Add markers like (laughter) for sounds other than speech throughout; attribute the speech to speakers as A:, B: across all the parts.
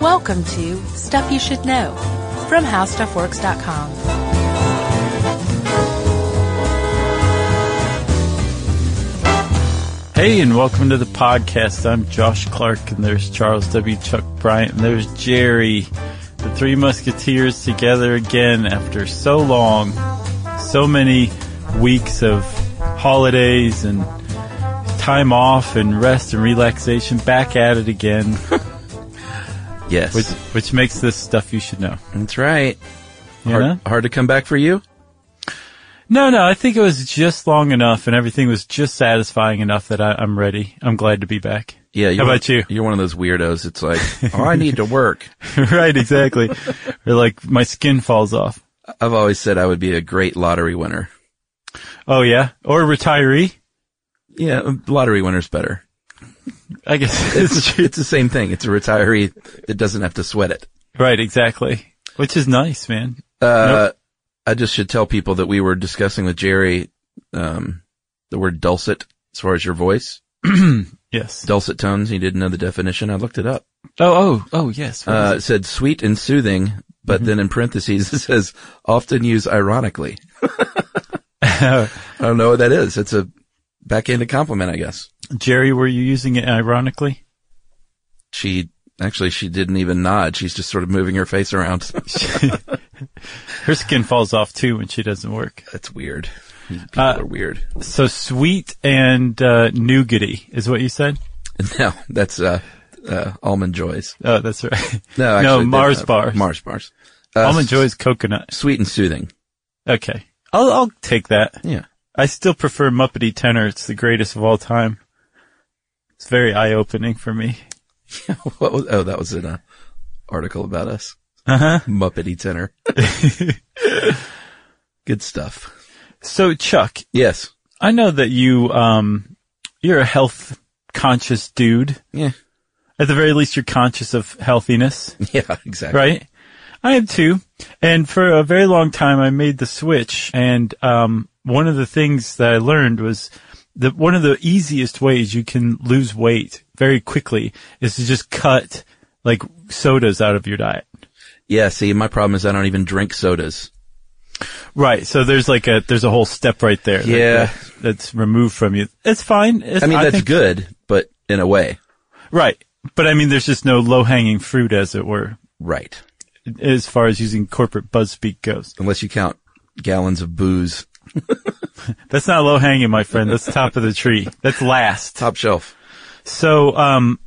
A: Welcome to Stuff You Should Know from HowStuffWorks.com.
B: Hey, and welcome to the podcast. I'm Josh Clark, and there's Charles W. Chuck Bryant, and there's Jerry. The three musketeers together again after so long, so many weeks of holidays and time off and rest and relaxation. Back at it again,
C: Yes. (laughs)
B: which which makes this stuff you should know.
C: That's right.
B: You
C: Hard,
B: know?
C: hard to come back for you?
B: No, no, I think it was just long enough, and everything was just satisfying enough that I, I'm ready. I'm glad to be back.
C: Yeah.
B: How
C: You're,
B: about you?
C: You're one of those weirdos. It's like, oh, I need to work.
B: (laughs) right, exactly. or like my skin falls off.
C: I've always said I would be a great lottery winner.
B: Oh yeah, or retiree.
C: Yeah. Lottery winner's better.
B: I guess (laughs) it's
C: It's, it's the same thing. It's a retiree that doesn't have to sweat it.
B: (laughs) right, exactly. Which is nice, man.
C: Uh, I just should tell people that we were discussing with Jerry, um, the word dulcet as far as your voice,
B: Yes.
C: dulcet tones. He didn't know the definition. I looked it up.
B: Oh, oh, oh, (laughs) yes. What
C: Uh,
B: is
C: it said sweet and soothing, but
B: Mm-hmm.
C: then in parentheses (laughs) it says often used ironically.
B: it?
C: I don't know what that is. It's a backhanded compliment, I guess.
B: Jerry, were you using it ironically?
C: She actually she didn't even nod. She's just sort of moving her
B: (laughs)
C: face around.
B: Her skin falls off too when she doesn't work.
C: That's weird. People
B: Uh,
C: are weird. (laughs)
B: So sweet and uh, nougaty is what you said.
C: No, that's uh, uh almond joys.
B: Oh, that's (laughs) right.
C: No,
B: no
C: actually,
B: Mars
C: uh,
B: bars.
C: Mars bars. Uh,
B: Almond Joy is coconut.
C: Sweet and soothing.
B: Okay, I'll I'll take that.
C: Yeah.
B: I still prefer Muppety Tenor. It's the greatest of all time. It's very eye opening for me.
C: (laughs) what was, oh, that was in a article about us.
B: Uh huh.
C: Muppety
B: (laughs)
C: tenor. Good stuff.
B: So Chuck,
C: Yes. (laughs)
B: I know that you um you're a health conscious dude.
C: Yeah.
B: At the very least you're conscious of healthiness,
C: Yeah. Exactly.
B: right? I am too. And for a very long time I made the switch and um one of the things that I learned was that one of the easiest ways you can lose weight very quickly is to just cut like sodas out of your diet.
C: Yeah. See, my problem is I don't even drink sodas.
B: Right. So there's like a there's a whole step right there. that-
C: Yeah.
B: that- that's removed from you. It's fine. It's,
C: I mean, that's
B: think-
C: good, but in a way,
B: Right. But I mean, there's just no low hanging fruit, as it were,
C: right.
B: as far as using corporate buzzspeak goes.
C: Unless you count gallons of booze.
B: That's not low hanging, my friend. That's top of the tree. That's last.
C: Top shelf.
B: So, um,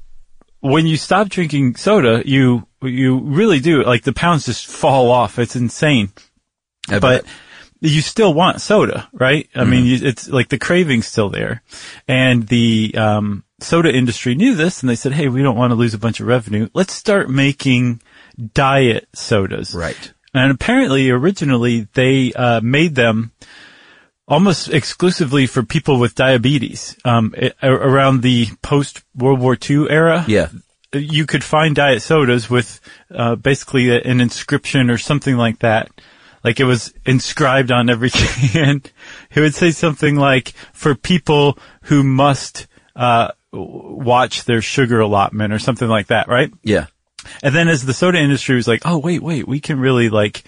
B: when you stop drinking soda, you, you really do, like the pounds just fall off. It's insane.
C: I
B: but
C: bet.
B: you still want soda, right? I mean,
C: Mm-hmm.
B: you, it's like the craving's still there. And the, um, soda industry knew this and they said, Hey, we don't want to lose a bunch of revenue. Let's start making diet sodas.
C: Right.
B: And apparently originally they, uh, made them almost exclusively for people with diabetes, um, a- around the post World War II era
C: Yeah.
B: you could find diet sodas with uh, basically a, an inscription or something like that. Like it was inscribed on every (laughs) can. it would say something like, "For people who must uh, w- watch their sugar allotment" or something like that, right?
C: Yeah.
B: And then as the soda industry was like, "Oh wait, wait, we can really like."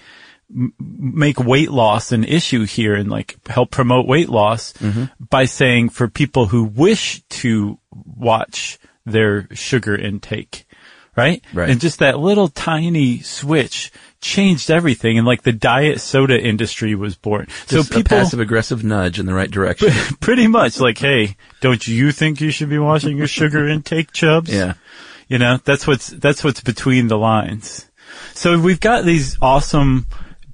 B: m- Make weight loss an issue here and like help promote weight loss
C: Mm-hmm.
B: by saying for people who wish to watch their sugar intake, right?
C: Right.
B: And just that little tiny switch changed everything, and like the diet soda industry was born.
C: Just
B: so people
C: a passive aggressive nudge in the right
B: (laughs)
C: direction.
B: pretty much like, hey, don't you think you should be watching your sugar intake, chubs?
C: yeah.
B: You know, that's what's, that's what's between the lines. So we've got these awesome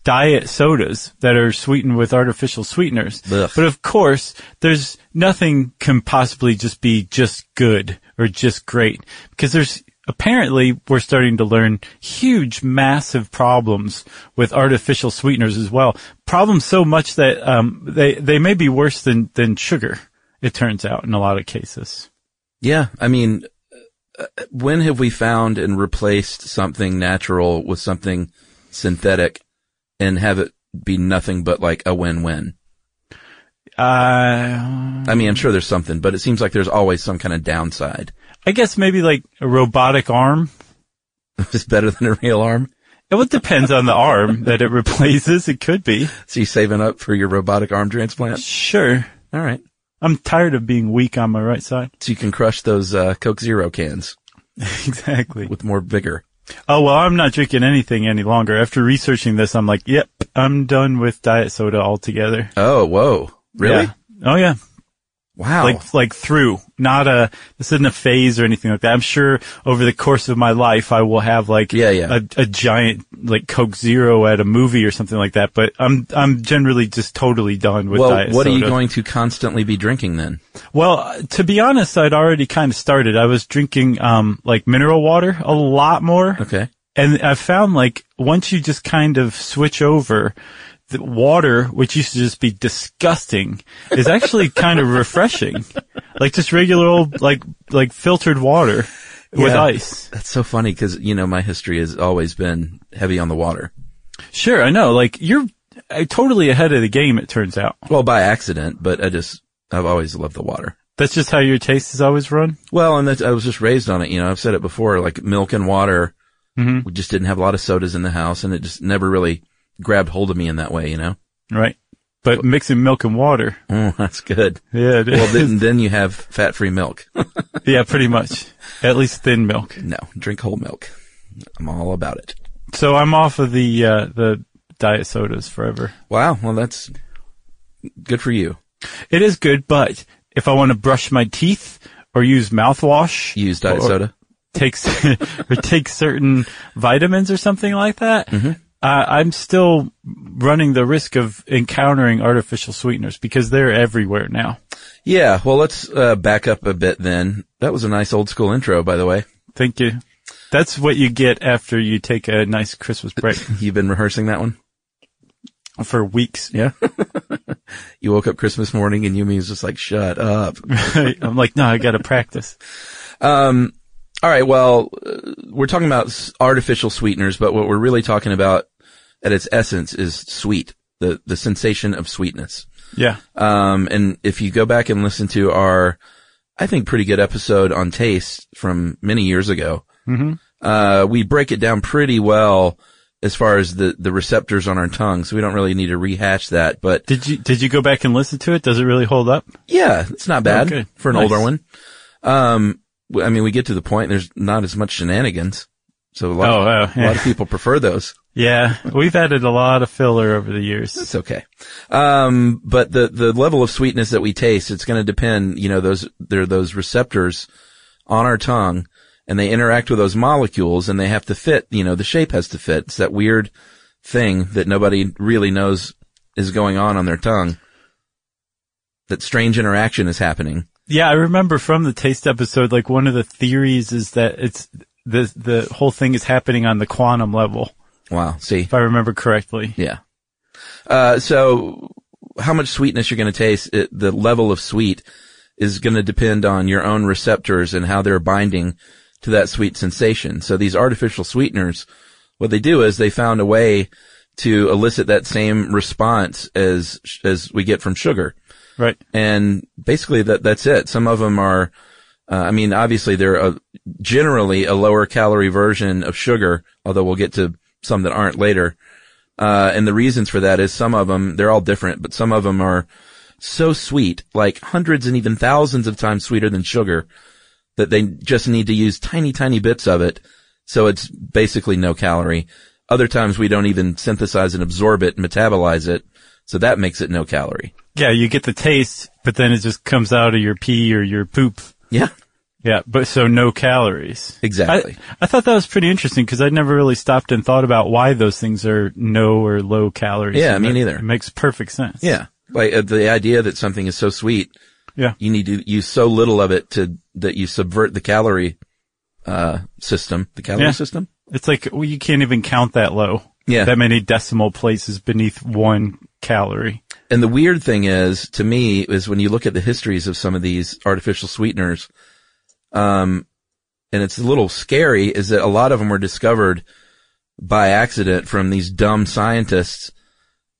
B: diet sodas that are sweetened with artificial sweeteners.
C: Ugh.
B: But of course, there's nothing can possibly just be just good or just great because there's apparently we're starting to learn huge, massive problems with artificial sweeteners as well. Problems so much that, um, they, they may be worse than, than sugar. It turns out in a lot of cases.
C: Yeah. I mean, uh, when have we found and replaced something natural with something synthetic and have it be nothing but like a win-win?
B: Uh,
C: I mean, I'm sure there's something, but it seems like there's always some kind of downside.
B: I guess maybe like a robotic arm.
C: (laughs) It's better than a real arm.
B: It would depends on the arm that it replaces. It could be.
C: So you saving up for your robotic arm transplant?
B: Sure.
C: All right.
B: I'm tired of being weak on my right side.
C: So you can crush those uh, Coke Zero cans
B: (laughs) Exactly.
C: with more vigor.
B: Oh, well, I'm not drinking anything any longer. After researching this, I'm like, yep, I'm done with diet soda altogether.
C: Oh, whoa. Really?
B: Yeah. Oh, yeah.
C: Wow.
B: Like, like through. Not a, this isn't a phase or anything like that. I'm sure over the course of my life, I will have like
C: Yeah, yeah.
B: A, a giant, like Coke Zero at a movie or something like that. But I'm, I'm generally just totally done with
C: well,
B: diet
C: what are you
B: soda.
C: going to constantly be drinking then?
B: Well, uh, to be honest, I'd already kind of started. I was drinking, um, like mineral water a lot more.
C: Okay.
B: And I found like once you just kind of switch over, the water, which used to just be disgusting, is
C: (laughs)
B: actually kind of refreshing. Like just regular old, like, like filtered water with
C: Yeah.
B: ice.
C: That's so funny because, you know, my history has always been heavy on the water.
B: Sure. I know. Like you're uh, totally ahead of the game. It turns out
C: Well, by accident, but I just, I've always loved the water.
B: that's just how your taste is always run.
C: Well, and that I was just raised on it. You know, I've said it before, like milk and water.
B: Mm-hmm.
C: We just didn't have a lot of sodas in the house and it just never really grabbed hold of me in that way, you know? (laughs)
B: Right. But mixing milk and water.
C: Mm, that's good.
B: Yeah. It
C: Well,
B: is.
C: then, then you have fat free milk.
B: Yeah, pretty much. At least thin milk.
C: no, drink whole milk. I'm all about it.
B: So I'm off of the uh, the diet sodas forever.
C: Wow. Well, that's good for you.
B: It is good, but if I want to brush my teeth or use mouthwash,
C: You use diet
B: or,
C: soda.
B: takes (laughs) or take certain vitamins or something like that.
C: Mm-hmm.
B: Uh, I'm still running the risk of encountering artificial sweeteners because they're everywhere now.
C: Yeah. Well, let's uh, back up a bit then. That was a nice old school intro, by the way. (laughs)
B: Thank you. That's what you get after you take a nice Christmas
C: (laughs)
B: break
C: You've been rehearsing that one.
B: for weeks. Yeah.
C: You woke up Christmas morning and Yumi was just like, shut up.
B: (laughs) I'm like, no, I got to practice.
C: Um, all right. Well, uh, we're talking about s- artificial sweeteners, but what we're really talking about at its essence is sweet, the, the sensation of sweetness.
B: Yeah.
C: Um, and if you go back and listen to our, I think pretty good episode on taste from many years ago,
B: Mm-hmm.
C: uh, we break it down pretty well as far as the, the receptors on our tongue. So we don't really need to rehash that, but
B: Did you did you go back and listen to it? Does it really hold up?
C: yeah, it's not bad
B: Okay.
C: for an
B: Nice.
C: older one. Um, w- I mean, we get to the point. There's not as much shenanigans, so a lot,
B: Oh, wow,
C: a
B: yeah.
C: lot of people prefer those.
B: Yeah, we've added a lot of filler over the years.
C: It's okay. Um, but the the level of sweetness that we taste, it's going to depend. You know, those there are those receptors on our tongue, and they interact with those molecules, and they have to fit. You know, the shape has to fit. It's that weird thing that nobody really knows is going on on their tongue. That strange interaction is happening.
B: Yeah, I remember from the taste episode, like one of the theories is that it's the the whole thing is happening on the quantum level,
C: Wow. See,
B: if I remember correctly.
C: Yeah. Uh, so how much sweetness you're going to taste, it, the level of sweet is going to depend on your own receptors and how they're binding to that sweet sensation. So these artificial sweeteners, what they do is they found a way to elicit that same response as, as we get from sugar.
B: Right.
C: And basically that, that's it. Some of them are, uh, I mean, obviously they're a, generally a lower calorie version of sugar, although we'll get to some that aren't later. Uh, and the reasons for that is some of them, they're all different, but some of them are so sweet, like hundreds and even thousands of times sweeter than sugar that they just need to use tiny, tiny bits of it. So it's basically no calorie. Other times we don't even synthesize and absorb it and metabolize it. So that makes it no calorie.
B: Yeah, you get the taste, but then it just comes out of your pee or your poop.
C: Yeah.
B: Yeah, but so no calories.
C: Exactly.
B: I, I thought that was pretty interesting because I'd never really stopped and thought about why those things are no or low calories.
C: Yeah,
B: And
C: me
B: that-
C: neither.
B: It makes perfect sense.
C: Yeah. Like uh, the idea that something is so sweet,
B: Yeah.
C: you need to use so little of it to, that you subvert the calorie, uh, system, the calorie
B: Yeah.
C: system.
B: It's like well, you can't even count that low.
C: Yeah.
B: That many decimal places beneath one calorie.
C: And the weird thing is, to me, is when you look at the histories of some of these artificial sweeteners, um, and it's a little scary is that a lot of them were discovered by accident from these dumb scientists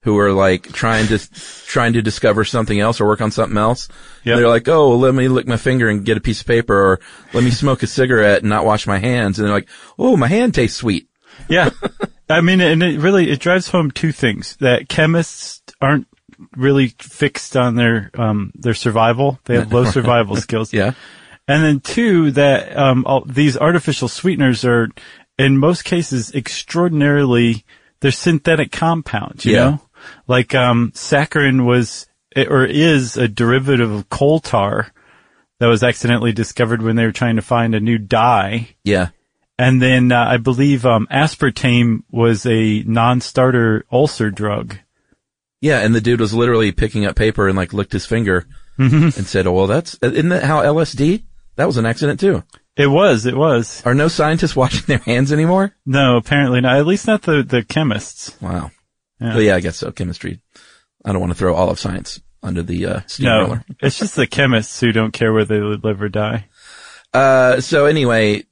C: who are like trying to trying to discover something else or work on something else.
B: Yep.
C: They're like, oh, well, let me lick my finger and get a piece of paper, or let me smoke a cigarette and not wash my hands. And they're like, oh, my hand tastes sweet.
B: Yeah. I mean, and it really, it drives home two things that chemists aren't really fixed on their, um, their survival. They have
C: (laughs)
B: low survival skills.
C: Yeah.
B: And then two, that, um, all, these artificial sweeteners are in most cases extraordinarily, they're synthetic compounds, you
C: Yeah.
B: know? Like, um, saccharin was, eh, or is a derivative of coal tar that was accidentally discovered when they were trying to find a new dye.
C: Yeah.
B: And then uh, I believe um, aspartame was a non-starter ulcer drug.
C: Yeah, and the dude was literally picking up paper and like licked his finger
B: Mm-hmm.
C: and said, "Oh, well, that's isn't that how LSD? That was an accident too.
B: It was, it was.
C: Are no scientists (laughs) washing their hands anymore?
B: No, apparently not. At least not the, the chemists.
C: Wow.
B: Yeah.
C: Well, yeah, I guess so. Chemistry. I don't want to throw all of science under the uh,
B: No,
C: steamroller.
B: it's just the chemists who don't care whether they live or die.
C: Uh, so anyway,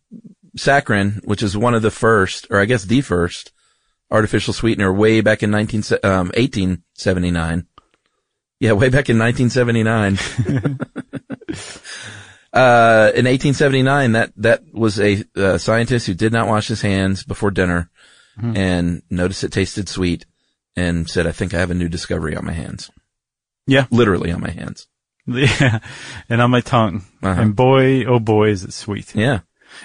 C: saccharin, which is one of the first, or I guess the first, artificial sweetener, way back in 19, se- um, 1879. Yeah, way back in 1979. (laughs) uh, in 1879, that, that was a uh, scientist who did not wash his hands before dinner and noticed it tasted sweet and said, I think I have a new discovery on my hands.
B: Yeah.
C: Literally on my hands.
B: (laughs) Yeah, and on my tongue.
C: Uh-huh.
B: And boy, oh boy, is it sweet.
C: Yeah.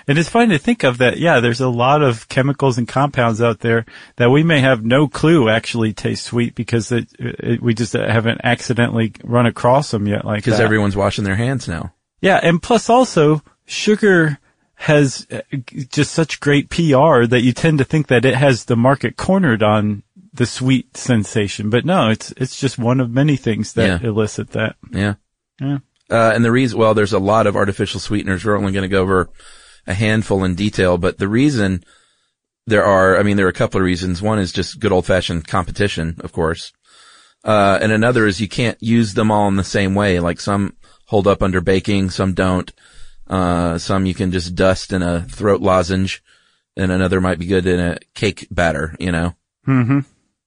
B: And it's funny to think of that. Yeah, there's a lot of chemicals and compounds out there that we may have no clue actually taste sweet because it, it, we just haven't accidentally run across them yet. Like
C: Because
B: that.
C: everyone's washing their hands now.
B: Yeah, and plus also sugar has uh, g- just such great PR that you tend to think that it has the market cornered on the sweet sensation, but no, it's it's just one of many things that
C: Yeah.
B: elicit that.
C: Yeah.
B: Yeah.
C: Uh, and the reason, well, there's a lot of artificial sweeteners. We're only going to go over a handful in detail, but the reason there are, I mean, there are a couple of reasons. One is just good old fashioned competition, of course. Uh, and another is you can't use them all in the same way. Like some hold up under baking, some don't. Uh, some you can just dust in a throat lozenge and another might be good in a cake batter, you know? Mm-hmm.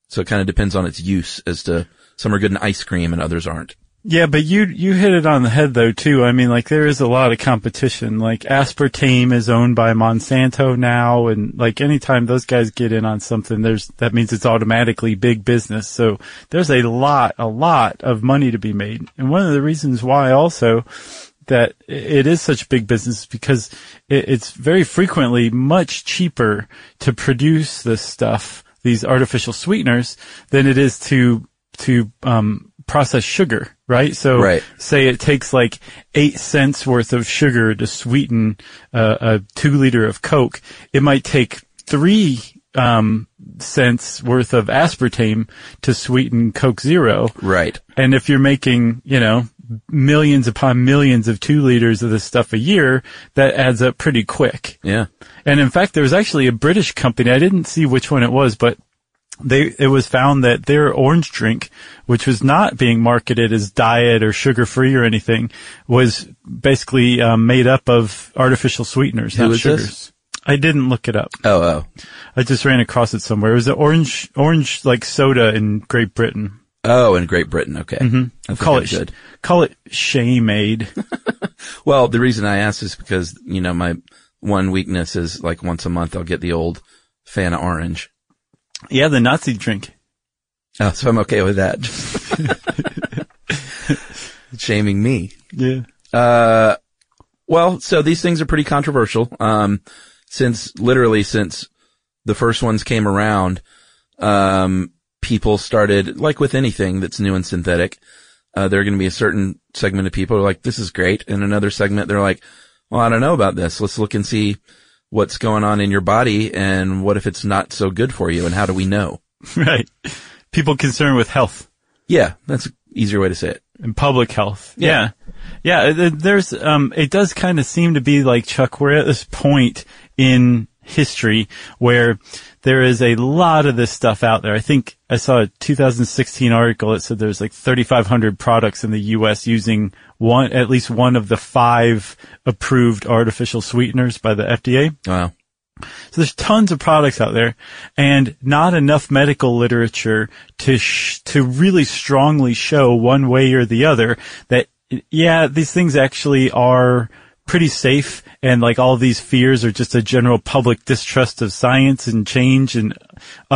C: So it kind of depends on its use as to some are good in ice cream and others aren't.
B: Yeah, but you you hit it on the head though too. I mean, like there is a lot of competition. Like aspartame is owned by Monsanto now, and like anytime those guys get in on something, there's that means it's automatically big business. So there's a lot, a lot of money to be made, and one of the reasons why also that i- it is such big business is because it, it's very frequently much cheaper to produce this stuff, these artificial sweeteners, than it is to to um, process sugar, right? So,
C: Right.
B: say it takes like eight cents worth of sugar to sweeten uh, a two liter of Coke. It might take three um, cents worth of aspartame to sweeten Coke Zero.
C: Right.
B: And if you're making, you know, millions upon millions of two liters of this stuff a year, that adds up pretty quick.
C: Yeah.
B: And in fact, there was actually a British company. I didn't see which one it was, but they, it was found that their orange drink, which was not being marketed as diet or sugar free or anything, was basically um, made up of artificial sweeteners,
C: Who
B: not
C: is this?
B: sugars. I didn't look it up.
C: Oh, oh,
B: I just ran across it somewhere. It was an orange, orange like soda in Great Britain.
C: oh, in Great Britain. Okay. I think
B: Call
C: I'm
B: it
C: good.
B: call it shame aid.
C: Well, the reason I asked is because, you know, my one weakness is like once a month I'll get the old Fanta orange.
B: (laughs) yeah, the Nazi drink.
C: Oh, so I'm okay with that. (laughs) Shaming me.
B: Yeah.
C: Uh, well, so these things are pretty controversial. Um, since literally since the first ones came around, um, people started like with anything that's new and synthetic. Uh, there are going to be a certain segment of people who are like, "This is great," and another segment they're like, "Well, I don't know about this. Let's look and see what's going on in your body and what if it's not so good for you and how do we know?"
B: (laughs) Right. People concerned with health
C: Yeah, that's an easier way to say it.
B: and public health.
C: Yeah.
B: Yeah. Yeah. uh, th- There's, um, it does kind of seem to be like, Chuck, we're at this point in history where there is a lot of this stuff out there. I think I saw a 2016 article that said there's like 3,500 products in the U.S. using one, at least one of the five approved artificial sweeteners by the FDA.
C: Wow.
B: So So there's tons of products out there and not enough medical literature to, sh- to really strongly show one way or the other that yeah, these things actually are pretty safe and like all these fears are just a general public distrust of science and change and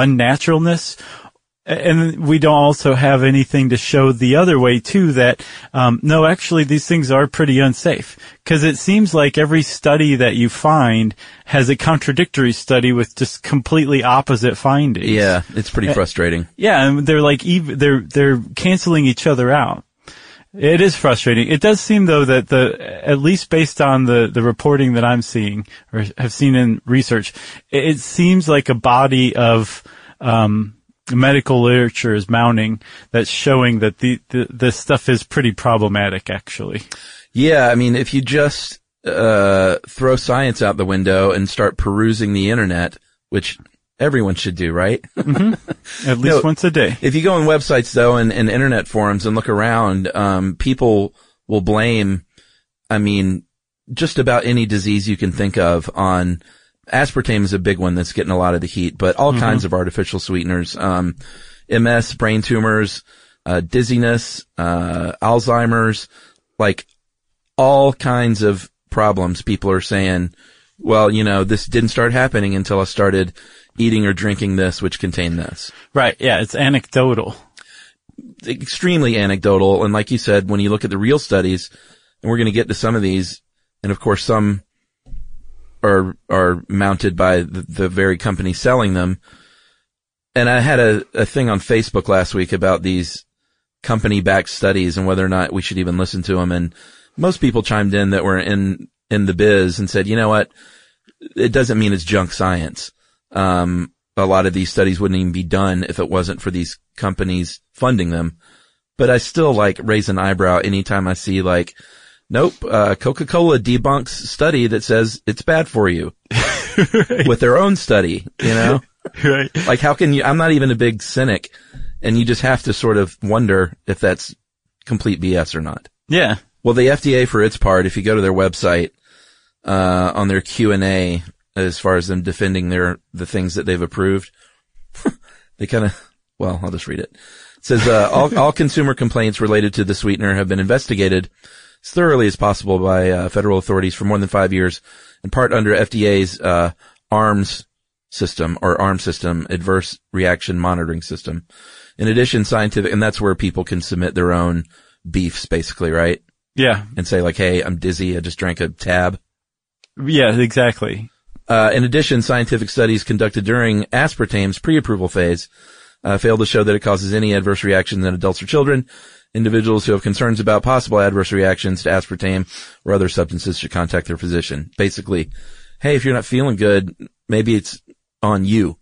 B: unnaturalness. And we don't also have anything to show the other way too that, um, no, actually these things are pretty unsafe. Cause it seems like every study that you find has a contradictory study with just completely opposite findings.
C: Yeah, it's pretty frustrating.
B: Yeah. And they're like, ev- they're, they're canceling each other out. It is frustrating. It does seem though that the, at least based on the, the reporting that I'm seeing or have seen in research, it, it seems like a body of, um, medical literature is mounting that's showing that the, the, this stuff is pretty problematic actually.
C: Yeah, I mean, if you just uh, throw science out the window and start perusing the internet, which everyone should do, right?
B: At least
C: No.
B: once a day.
C: if you go on websites though and, and internet forums and look around, um, people will blame, I mean, just about any disease you can think of on aspartame is a big one that's getting a lot of the heat, but all kinds of artificial sweeteners, um, MS, brain tumors, uh, dizziness, uh, Alzheimer's, like all kinds of problems. People are saying, well, you know, this didn't start happening until I started eating or drinking this, which contained this
B: Right. Yeah. It's anecdotal.
C: extremely anecdotal. And like you said, when you look at the real studies, and we're going to get to some of these, and of course some are, are mounted by the, the very company selling them. And I had a, a thing on Facebook last week about these company backed studies and whether or not we should even listen to them. And most people chimed in that were in, in the biz and said, you know what? It doesn't mean it's junk science. Um, a lot of these studies wouldn't even be done if it wasn't for these companies funding them. But I still like raise an eyebrow anytime I see like, nope, uh, Coca-Cola debunks study that says it's bad for you with their own study, you know?
B: (laughs) Right.
C: like how can you, I'm not even a big cynic and you just have to sort of wonder if that's complete BS or not.
B: Yeah.
C: Well, the FDA, for its part, if you go to their website, uh, on their Q and A, as far as them defending their the things that they've approved, (laughs) they kind of well, I'll just read it. It says uh, all all consumer complaints related to the sweetener have been investigated as thoroughly as possible by uh, federal authorities for more than five years, in part under FDA's uh, ARMS system or ARM system, Adverse Reaction Monitoring System. In addition, scientific, and that's where people can submit their own beefs, basically, right?
B: Yeah.
C: and say like, "Hey, I'm dizzy. I just drank a tab."
B: Yeah. Exactly.
C: Uh, in addition, scientific studies conducted during aspartame's pre-approval phase uh, failed to show that it causes any adverse reactions in adults or children. Individuals who have concerns about possible adverse reactions to aspartame or other substances should contact their physician. Basically, hey, if you're not feeling good, maybe it's on you.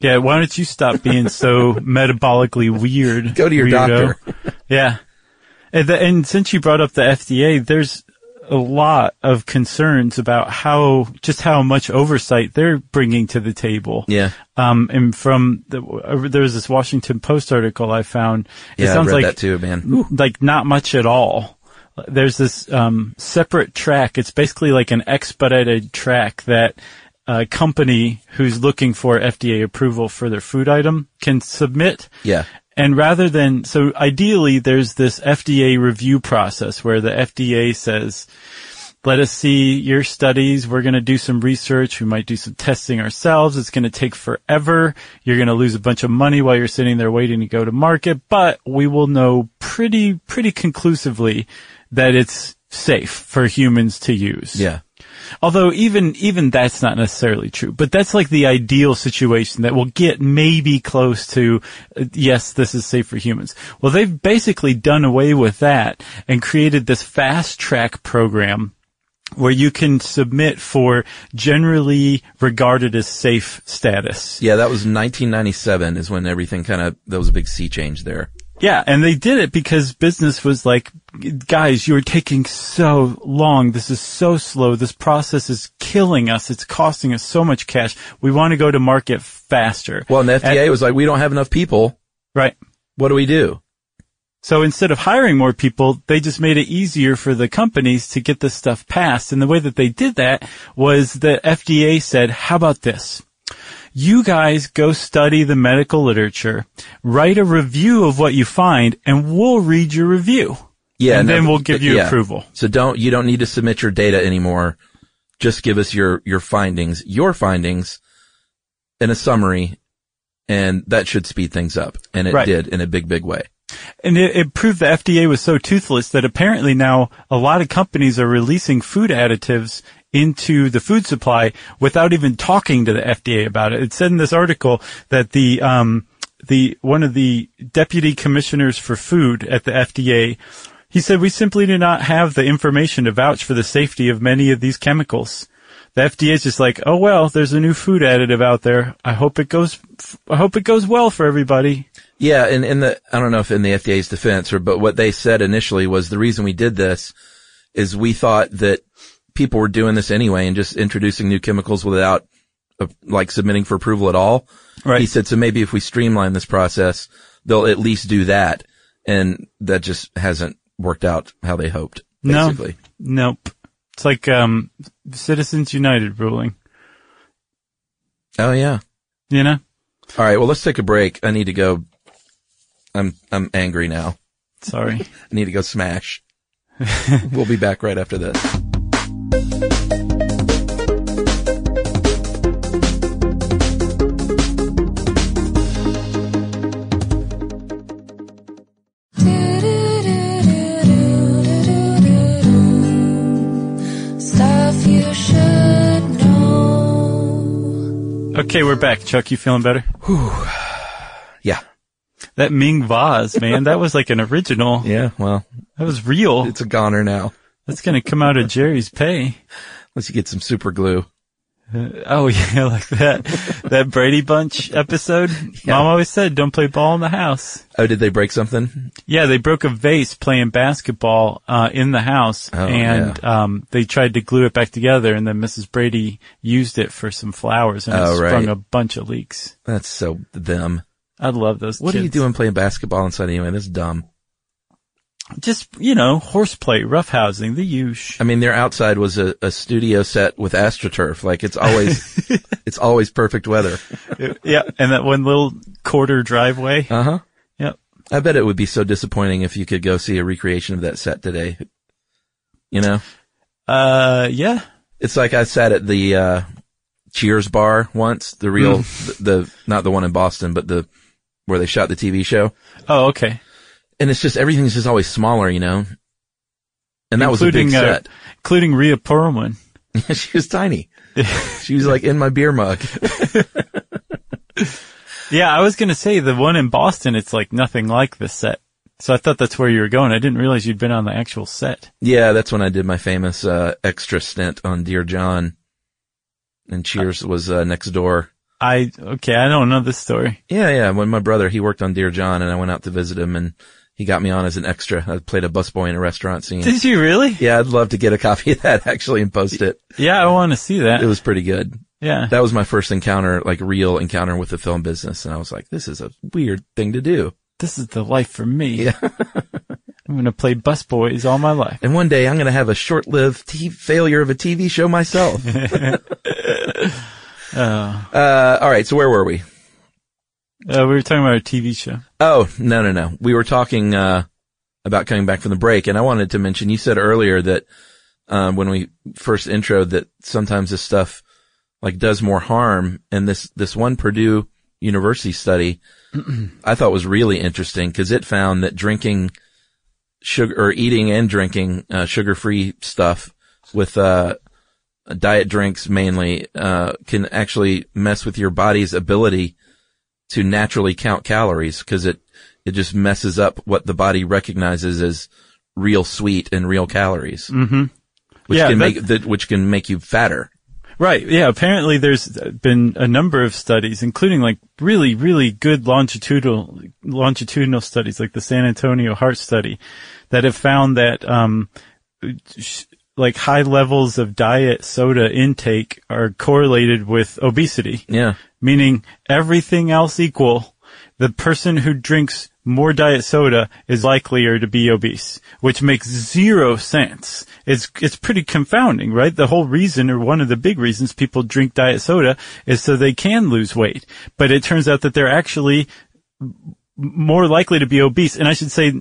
B: Yeah, why don't you stop being so
C: (laughs)
B: metabolically weird?
C: Go to your
B: weirdo?
C: doctor.
B: yeah. And, the, and since you brought up the FDA, there's a lot of concerns about how, just how much oversight they're bringing to the table.
C: Yeah,
B: Um, and from the, uh, there was this Washington Post article I found.
C: yeah,
B: it sounds
C: I read
B: like
C: that too, man.
B: like not much at all. There's this um, separate track. It's basically like an expedited track that a company who's looking for FDA approval for their food item can submit.
C: Yeah.
B: And rather than, so ideally there's this FDA review process where the FDA says, let us see your studies. We're going to do some research. We might do some testing ourselves. It's going to take forever. You're going to lose a bunch of money while you're sitting there waiting to go to market, but we will know pretty, pretty conclusively that it's safe for humans to use.
C: Yeah,
B: Although even, even that's not necessarily true, but that's like the ideal situation that will get maybe close to, uh, yes, this is safe for humans. Well, they've basically done away with that and created this fast track program where you can submit for generally regarded as safe status.
C: yeah. That was 1997 is when everything kind of there was a big sea change there.
B: Yeah, and they did it because business was like, guys, you're taking so long. This is so slow. This process is killing us. It's costing us so much cash. We want to go to market faster.
C: Well, and the FDA was like, we don't have enough people.
B: right.
C: What do we do?
B: So instead of hiring more people, they just made it easier for the companies to get this stuff passed. And the way that they did that was the FDA said, how about this? You guys go study the medical literature, write a review of what you find, and we'll read your review.
C: Yeah.
B: And
C: no,
B: then we'll
C: but-
B: give you
C: yeah.
B: approval.
C: So don't, you don't need to submit your data anymore. Just give us your, your findings, your findings in a summary. And that should speed things up. And it
B: Right.
C: did in a big, big way.
B: And it, it proved the FDA was so toothless that apparently now a lot of companies are releasing food additives into the food supply without even talking to the FDA about it. It said in this article that the um, the one of the deputy commissioners for food at the FDA. He said, we simply do not have the information to vouch for the safety of many of these chemicals. The FDA is just like, oh well, there's a new food additive out there. I hope it goes, I hope it goes well for everybody.
C: Yeah, and in the I don't know if in the FDA's defense or but what they said initially was the reason we did this is we thought that people were doing this anyway and just introducing new chemicals without uh, like submitting for approval at all.
B: Right.
C: He said so maybe if we streamline this process, they'll at least do that and that just hasn't worked out how they hoped basically.
B: No. Nope. It's like um Citizens United ruling,
C: Oh yeah.
B: you know?
C: All right, well let's take a break. I need to go I'm I'm angry now. (laughs)
B: Sorry.
C: I need to
B: (laughs)
C: go smash. we'll be back right after this.
D: Stuff you should know.
B: okay, we're back. Chuck, you feeling better?
C: Yeah.
B: That Ming Vaz, man, that was like an original.
C: Yeah, well,
B: That was real.
C: It's a goner now.
B: That's gonna come out of Jerry's pay.
C: Unless you get some super glue.
B: Oh (laughs) yeah, like that. that Brady Bunch episode. Mom always said, don't play ball in the house.
C: Oh, did they break something?
B: Yeah, they broke a vase playing basketball, uh, in the house
C: Oh,
B: and, um, they tried to glue it back together and then Mrs. Brady used it for some flowers and
C: Oh,
B: it
C: right.
B: sprung a bunch of leaks.
C: That's so them.
B: I love those.
C: What are you
B: kids.
C: doing playing basketball inside anyway? That's dumb.
B: Just you know, horseplay, roughhousing, the usual.
C: (laughs) I mean, their outside was a, a studio set with astroturf. Like it's always,
B: (laughs)
C: it's always perfect weather.
B: yeah, and that one little quarter driveway.
C: Uh huh.
B: Yep.
C: I bet it would be so disappointing if you could go see a recreation of that set today. You know,
B: Uh, yeah.
C: it's like I sat at the, uh, Cheers bar once, the real,
B: Mm.
C: the, the, not the one in Boston, but the, where they shot the TV show.
B: Oh, okay.
C: and it's just everything's just always smaller, you know. And that was a big
B: including uh,
C: set.
B: including Rhea Perlman.
C: (laughs) she was
B: (laughs)
C: tiny. she was like in my beer mug.
B: Yeah, I was gonna say the one in Boston. It's like nothing like this set. So I thought that's where you were going. I didn't realize you'd been on the actual set.
C: Yeah, that's when I did my famous uh, extra stint on Dear John. And Cheers was uh, next door.
B: I okay. I don't know this story.
C: Yeah, yeah. When my brother he worked on Dear John, and I went out to visit him, and he got me on as an extra. I played a busboy in a restaurant scene.
B: (laughs) Did you really?
C: (laughs) yeah, I'd love to get a copy of that actually and post it.
B: Yeah, I want to see that.
C: It was pretty good.
B: yeah.
C: That was my first encounter, like real encounter with the film business, and I was like, this is a weird thing to do.
B: this is the life for me.
C: Yeah.
B: (laughs) I'm gonna play busboys all my life.
C: And one day I'm going to have a short-lived t- failure of a TV show myself. (laughs) uh, all right. So where were we?
B: Uh, we were talking about a TV show.
C: Oh, no, no, no. We were talking, uh, about coming back from the break and I wanted to mention, you said earlier that, um, when we first introed that sometimes this stuff like does more harm and this, this one Purdue
B: (clears throat)
C: University study I thought was really interesting because it found that drinking sugar or eating and drinking, uh, sugar free stuff with, uh, diet drinks mainly, uh, can actually mess with your body's ability to naturally count calories because it, it just messes up what the body recognizes as real sweet and real calories. Mm-hmm. Which
B: Yeah,
C: can
B: that-
C: make, that, which can make you fatter.
B: Right. Yeah. Apparently there's been a number of studies, including like really, really good longitudinal, longitudinal studies, like the San Antonio heart study that have found that, um, sh- like high levels of diet soda intake are correlated with obesity,
C: Yeah.
B: meaning everything else equal. The person who drinks more diet soda is likelier to be obese, which makes zero sense. It's, it's pretty confounding, right? The whole reason or one of the big reasons people drink diet soda is so they can lose weight. But it turns out that they're actually more likely to be obese. And I should say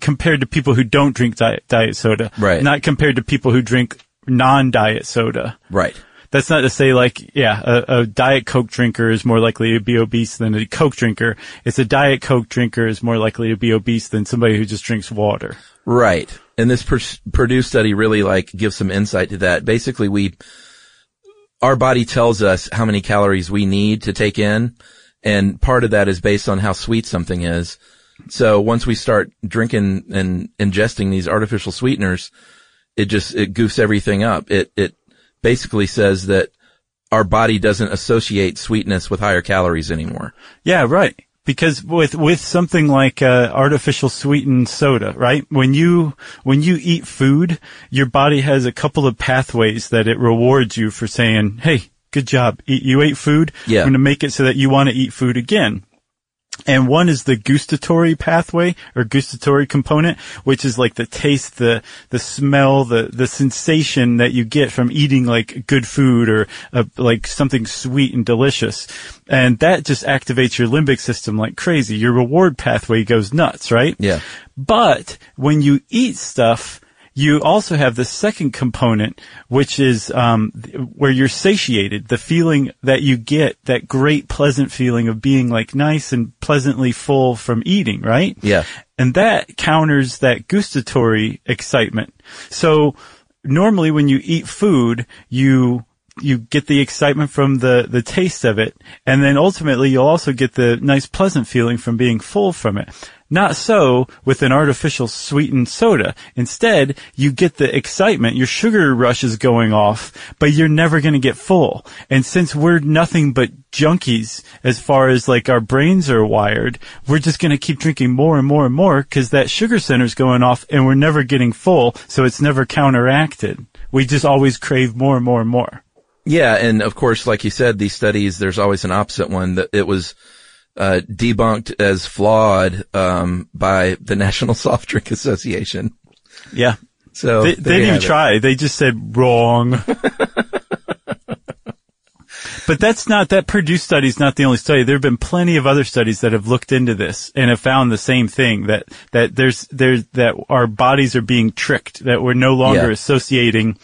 B: compared to people who don't drink diet, diet soda.
C: Right.
B: Not compared to people who drink non-diet soda.
C: Right.
B: That's not to say like, yeah, a, a diet Coke drinker is more likely to be obese than a Coke drinker. It's a diet Coke drinker is more likely to be obese than somebody who just drinks water.
C: Right. And this per- Purdue study really like gives some insight to that. Basically, we, our body tells us how many calories we need to take in. And part of that is based on how sweet something is. So once we start drinking and ingesting these artificial sweeteners, it just, it goofs everything up. It, it basically says that our body doesn't associate sweetness with higher calories anymore.
B: Yeah, right. Because with, with something like, uh, artificial sweetened soda, right? When you, when you eat food, your body has a couple of pathways that it rewards you for saying, Hey, good job. Eat, you ate food.
C: Yeah.
B: I'm going to make it so that you want to eat food again. And one is the gustatory pathway or gustatory component, which is like the taste, the, the smell, the, the sensation that you get from eating like good food or uh, like something sweet and delicious. And that just activates your limbic system like crazy. Your reward pathway goes nuts, right?
C: Yeah.
B: But when you eat stuff, you also have the second component, which is um, th- where you're satiated, the feeling that you get, that great pleasant feeling of being like nice and pleasantly full from eating, right?
C: Yeah.
B: And that counters that gustatory excitement. So normally when you eat food, you you get the excitement from the the taste of it, and then ultimately you'll also get the nice pleasant feeling from being full from it. Not so with an artificial sweetened soda. Instead, you get the excitement, your sugar rush is going off, but you're never going to get full. And since we're nothing but junkies as far as like our brains are wired, we're just going to keep drinking more and more and more because that sugar center's going off and we're never getting full. So it's never counteracted. We just always crave more and more and more.
C: Yeah, and of course, like you said, these studies, there's always an opposite one that it was uh, debunked as flawed um, by the National (laughs) Soft Drink Association.
B: Yeah.
C: So
B: They,
C: there
B: they
C: you
B: didn't even
C: have it.
B: try. They just said
C: (laughs)
B: wrong. but that's not, that Purdue study is not the only study. There have been plenty of other studies that have looked into this and have found the same thing that, that there's, there's, that our bodies are being tricked, that we're no longer
C: Yeah.
B: associating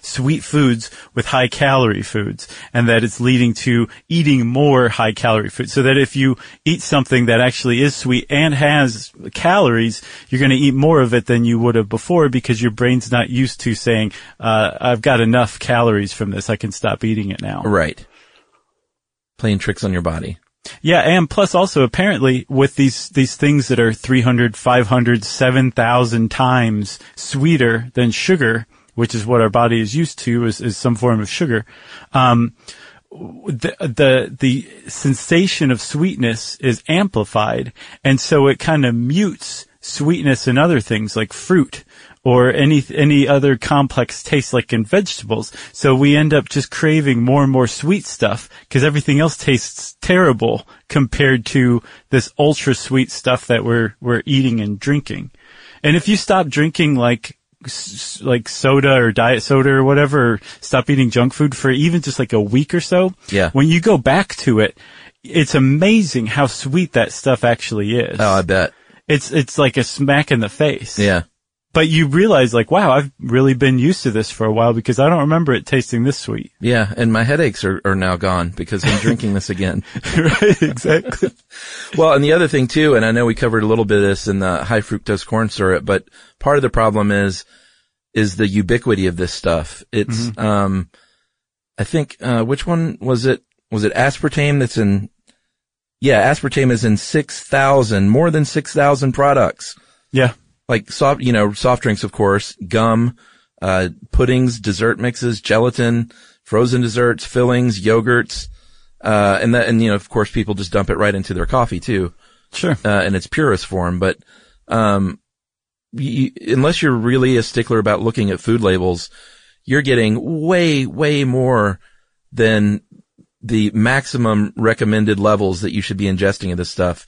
B: sweet foods with high calorie foods and that it's leading to eating more high calorie food. So that if you eat something that actually is sweet and has calories, you're going to eat more of it than you would have before because your brain's not used to saying, uh, I've got enough calories from this. I can stop eating it now.
C: Right. Playing tricks on your body.
B: Yeah, and plus also apparently with these these things that are 300, 500, 7,000 times sweeter than sugar, which is what our body is used to is, is some form of sugar. Um, the, the the sensation of sweetness is amplified, and so it kind of mutes sweetness in other things like fruit or any any other complex taste like in vegetables. So we end up just craving more and more sweet stuff because everything else tastes terrible compared to this ultra sweet stuff that we're we're eating and drinking. And if you stop drinking like s- like soda or diet soda or whatever, or stop eating junk food for even just like a week or so.
C: Yeah.
B: When you go back to it, it's amazing how sweet that stuff actually is.
C: Oh, I bet.
B: it's it's like a smack in the face.
C: Yeah.
B: But you realize like, wow, I've really been used to this for a while because I don't remember it tasting this sweet. (laughs)
C: Yeah. And my headaches are, are now gone because I'm drinking this again.
B: right?
C: (laughs)
B: Exactly.
C: Well, and the other thing too, and I know we covered a little bit of this in the high fructose corn syrup, but part of the problem is, is the ubiquity of this stuff. It's, um, I think, uh, which one was it? Was it aspartame that's in, yeah, aspartame is in 6,000, more than 6,000 products.
B: yeah.
C: Like soft, you know, soft drinks, of course, gum, uh, puddings, dessert mixes, gelatin, frozen desserts, fillings, yogurts, uh, and that, and you know, of course, people just dump it right into their coffee too
B: Sure.
C: uh, in its purest form. But um, you, unless you're really a stickler about looking at food labels, you're getting way, way more than the maximum recommended levels that you should be ingesting of this stuff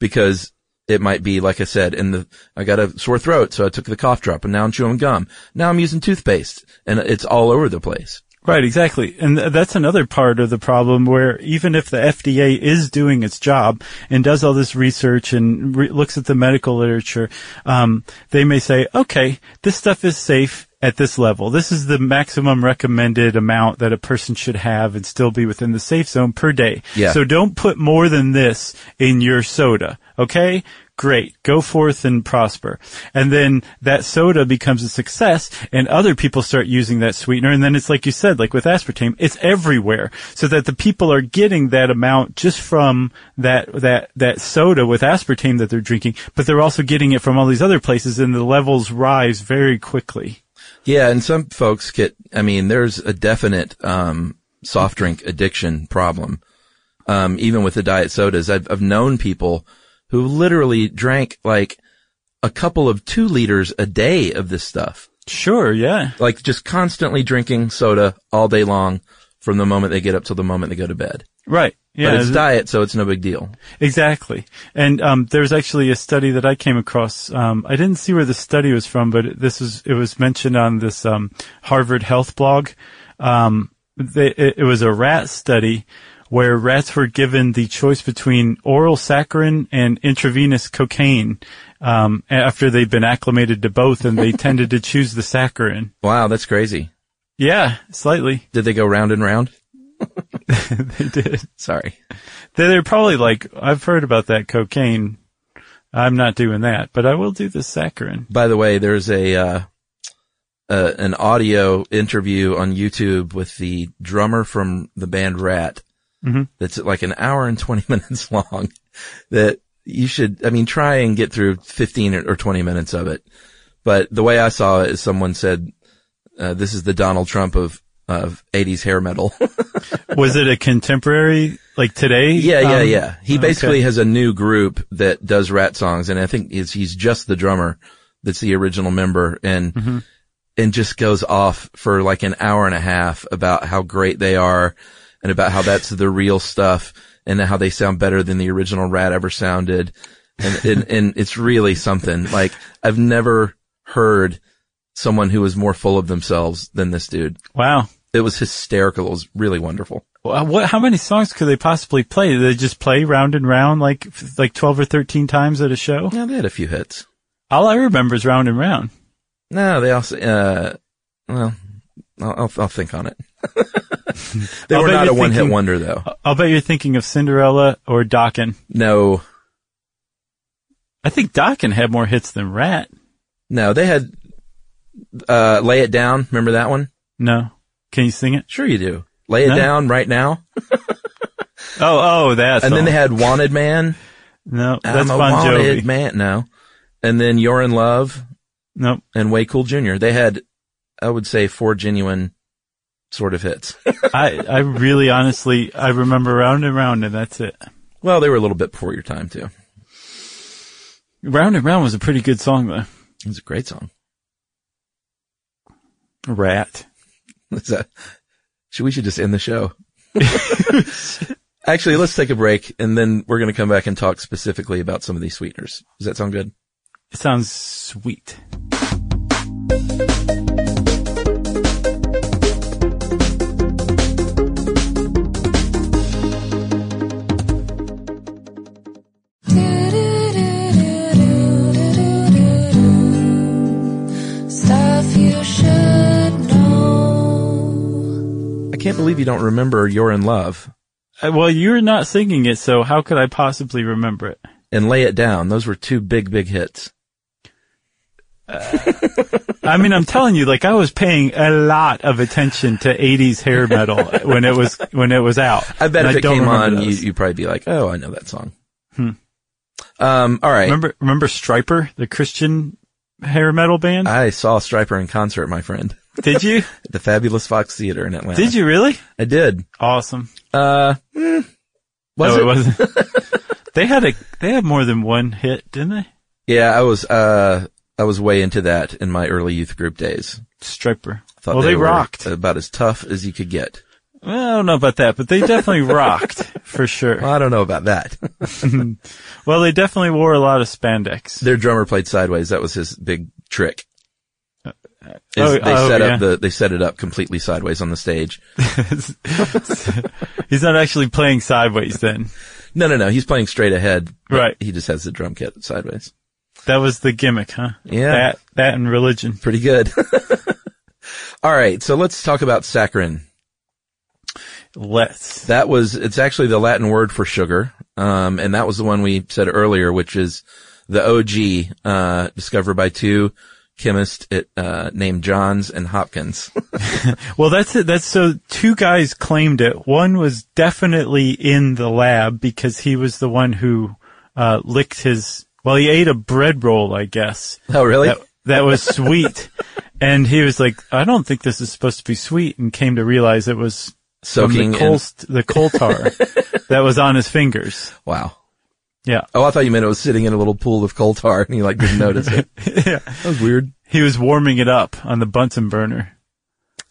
C: because It might be, like I said, in the, I got a sore throat, so I took the cough drop and now I'm chewing gum. Now I'm using toothpaste and it's all over the place.
B: Right, exactly. And th- that's another part of the problem where even if the FDA is doing its job and does all this research and re- looks at the medical literature, um, they may say, okay, this stuff is safe at this level. This is the maximum recommended amount that a person should have and still be within the safe zone per day.
C: Yeah.
B: So don't put more than this in your soda. Okay? Great. Go forth and prosper. And then that soda becomes a success and other people start using that sweetener. And then it's like you said, like with aspartame, it's everywhere so that the people are getting that amount just from that, that, that soda with aspartame that they're drinking, but they're also getting it from all these other places and the levels rise very quickly.
C: Yeah, and some folks get. I mean, there's a definite um, soft drink addiction problem, um, even with the diet sodas. I've, I've known people who literally drank like a couple of two liters a day of this stuff,
B: Sure. Yeah.
C: like just constantly drinking soda all day long from the moment they get up till the moment they go to bed.
B: Right. Yeah.
C: but it's diet, so it's no big deal.
B: Exactly. And um, there's actually a study that I came across. Um, I didn't see where the study was from, but it- this was it was mentioned on this um, Harvard Health blog. Um, they, it, it was a rat study where rats were given the choice between oral saccharin and intravenous cocaine um, after they'd been acclimated to both, and they (laughs) tended to choose the saccharin.
C: Wow, that's crazy.
B: Yeah, slightly.
C: Did they go round and round?
B: (laughs) They did.
C: Sorry.
B: They- They're probably like, I've heard about that cocaine. I'm not doing that, but I will do the saccharin.
C: By the way, there's a uh, uh, an audio interview on YouTube with the drummer from the band Rat. That's like an hour and twenty (laughs) minutes long. That you should, I mean, try and get through fifteen or or twenty minutes of it. But the way I saw it is, someone said, uh, "This is the Donald Trump of of '80s hair metal." (laughs)
B: Was it a contemporary, like today?
C: yeah, yeah,
B: Um,
C: yeah. He
B: okay.
C: basically has a new group that does Rat songs, and I think he's, he's just the drummer that's the original member, and and just goes off for like an hour and a half about how great they are, and about how that's the real stuff, and how they sound better than the original Rat ever sounded, and (laughs) and, and it's really something. Like I've never heard someone who was more full of themselves than this dude.
B: Wow.
C: It was hysterical. It was really wonderful.
B: Wha- What, how many songs could they possibly play? Did they just play round and round like, f- like 12 or 13 times at a show?
C: Yeah, they had a few hits.
B: All I remember is round and round.
C: No, they also. Uh, well, I'll, I'll, I'll think on it. (laughs) they
B: I'll
C: were
B: bet
C: not a
B: you're
C: one-hit
B: thinking-
C: wonder, though.
B: I- I'll bet you're thinking of Cinderella or Dokken.
C: No,
B: I think Dokken had more hits than Rat.
C: no, they had. Uh, lay it down. Remember that one?
B: No. Can you sing it?
C: Sure, you do. Lay it
B: No.
C: down right now.
B: Oh, oh, that's.
C: And then they had Wanted Man.
B: no, (laughs) that's
C: I'm a
B: Bon
C: Wanted
B: Jovi.
C: Man. No, and then You're in Love
B: Nope.
C: and Way Cool Jr. They had, I would say, four genuine sort of hits. (laughs)
B: I, I really honestly, I remember round and round and that's it.
C: well, they were a little bit before your time too.
B: Round and round was a pretty good song though.
C: It was a great song.
B: Rat.
C: (laughs) Is that- should we should just end the show? (laughs) Actually, let's take a break and then we're going to come back and talk specifically about some of these sweeteners. Does that sound good?
B: It sounds sweet.
D: Stuff you should know.
C: I can't believe you don't remember You're in Love
B: Uh, Well, you're not singing it, so how could I possibly remember it?
C: and Lay It Down. Those were two big, big hits.
B: I mean, I'm telling you, like I was paying a lot of attention to 80s hair metal when it was, when it was out.
C: I bet
B: And
C: if it
B: don't
C: came
B: remember
C: on, you,
B: those. Hmm.
C: you'd probably be like, oh, I know that song. Um, all right.
B: remember, remember Striper, the Christian hair metal
C: (laughs)
B: band?
C: I saw Striper in concert, my friend,
B: Did you?
C: at the Fabulous Fox Theater in Atlanta.
B: Did you really?
C: I did.
B: Awesome.
C: Uh, hmm.
B: no,
C: was it?
B: it wasn't. (laughs) they had a, they had more than one hit, didn't they?
C: Yeah, I was, uh, I was way into that in my early youth group days.
B: Striper.
C: Thought
B: well, they,
C: were
B: rocked.
C: About as tough as you could get.
B: (laughs)
C: (laughs)
B: Well, I don't know about that, but they definitely rocked for sure.
C: Well, I don't know about that.
B: Well, they definitely wore a lot of spandex.
C: (laughs) (laughs) Their drummer played sideways. That was his big trick. Is
B: oh,
C: they
B: oh,
C: set
B: yeah.
C: up the they set it up completely sideways on the stage.
B: He's not actually playing sideways then.
C: No, no, no. He's playing straight ahead. but
B: Right.
C: He just has the drum kit sideways.
B: That was the gimmick, huh?
C: Yeah.
B: That, that and religion.
C: Pretty good. (laughs) All right. So let's talk about saccharin.
B: Let's.
C: That was, it's actually the Latin word for sugar. Um, and that was the one we said earlier, which is the OG, uh, discovered by two chemists at, uh, named Johns and Hopkins. (laughs)
B: Well, that's it. That's so two guys claimed it. One was definitely in the lab because he was the one who, uh, licked his, well, he ate a bread roll, I guess.
C: oh, really?
B: That, that was
C: (laughs)
B: sweet. and he was like, I don't think this is supposed to be sweet and came to realize it was from
C: Soaking
B: the coal,
C: in-
B: st- the coal
C: (laughs)
B: tar that was on his fingers.
C: wow.
B: Yeah.
C: Oh, I thought you meant it was sitting in a little pool of coal tar and he like didn't notice (laughs) it. That was weird.
B: He was warming it up on the Bunsen burner.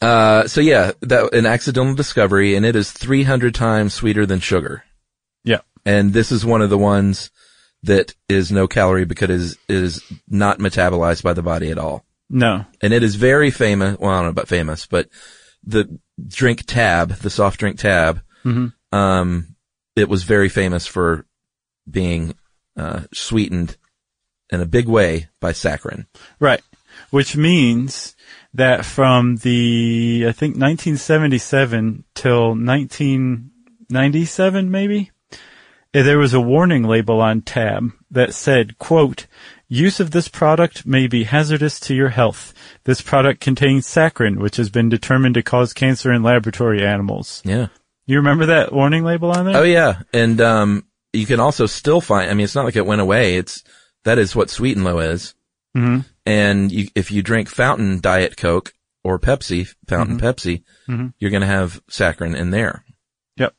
C: Uh, so yeah, that, an accidental discovery and it is 300 times sweeter than sugar.
B: Yeah.
C: and this is one of the ones that is no calorie because it is, it is not metabolized by the body at all.
B: No.
C: And it is very famous. Well, I don't know about famous, but the drink tab, the soft drink tab, um, it was very famous for being uh, sweetened in a big way by saccharin.
B: Right. Which means that from the, I think 1977 till 1997 maybe, eh, there was a warning label on Tab that said, quote, Use of this product may be hazardous to your health. This product contains saccharin, which has been determined to cause cancer in laboratory animals.
C: Yeah.
B: You remember that warning label on there?
C: Oh yeah, and um, you can also still find. I mean, it's not like it went away. It's that is what Sweet and Low is.
B: Mhm.
C: And you, if you drink fountain diet Coke or Pepsi, fountain Pepsi,
B: Mhm.
C: you're going to have saccharin in there.
B: Yep.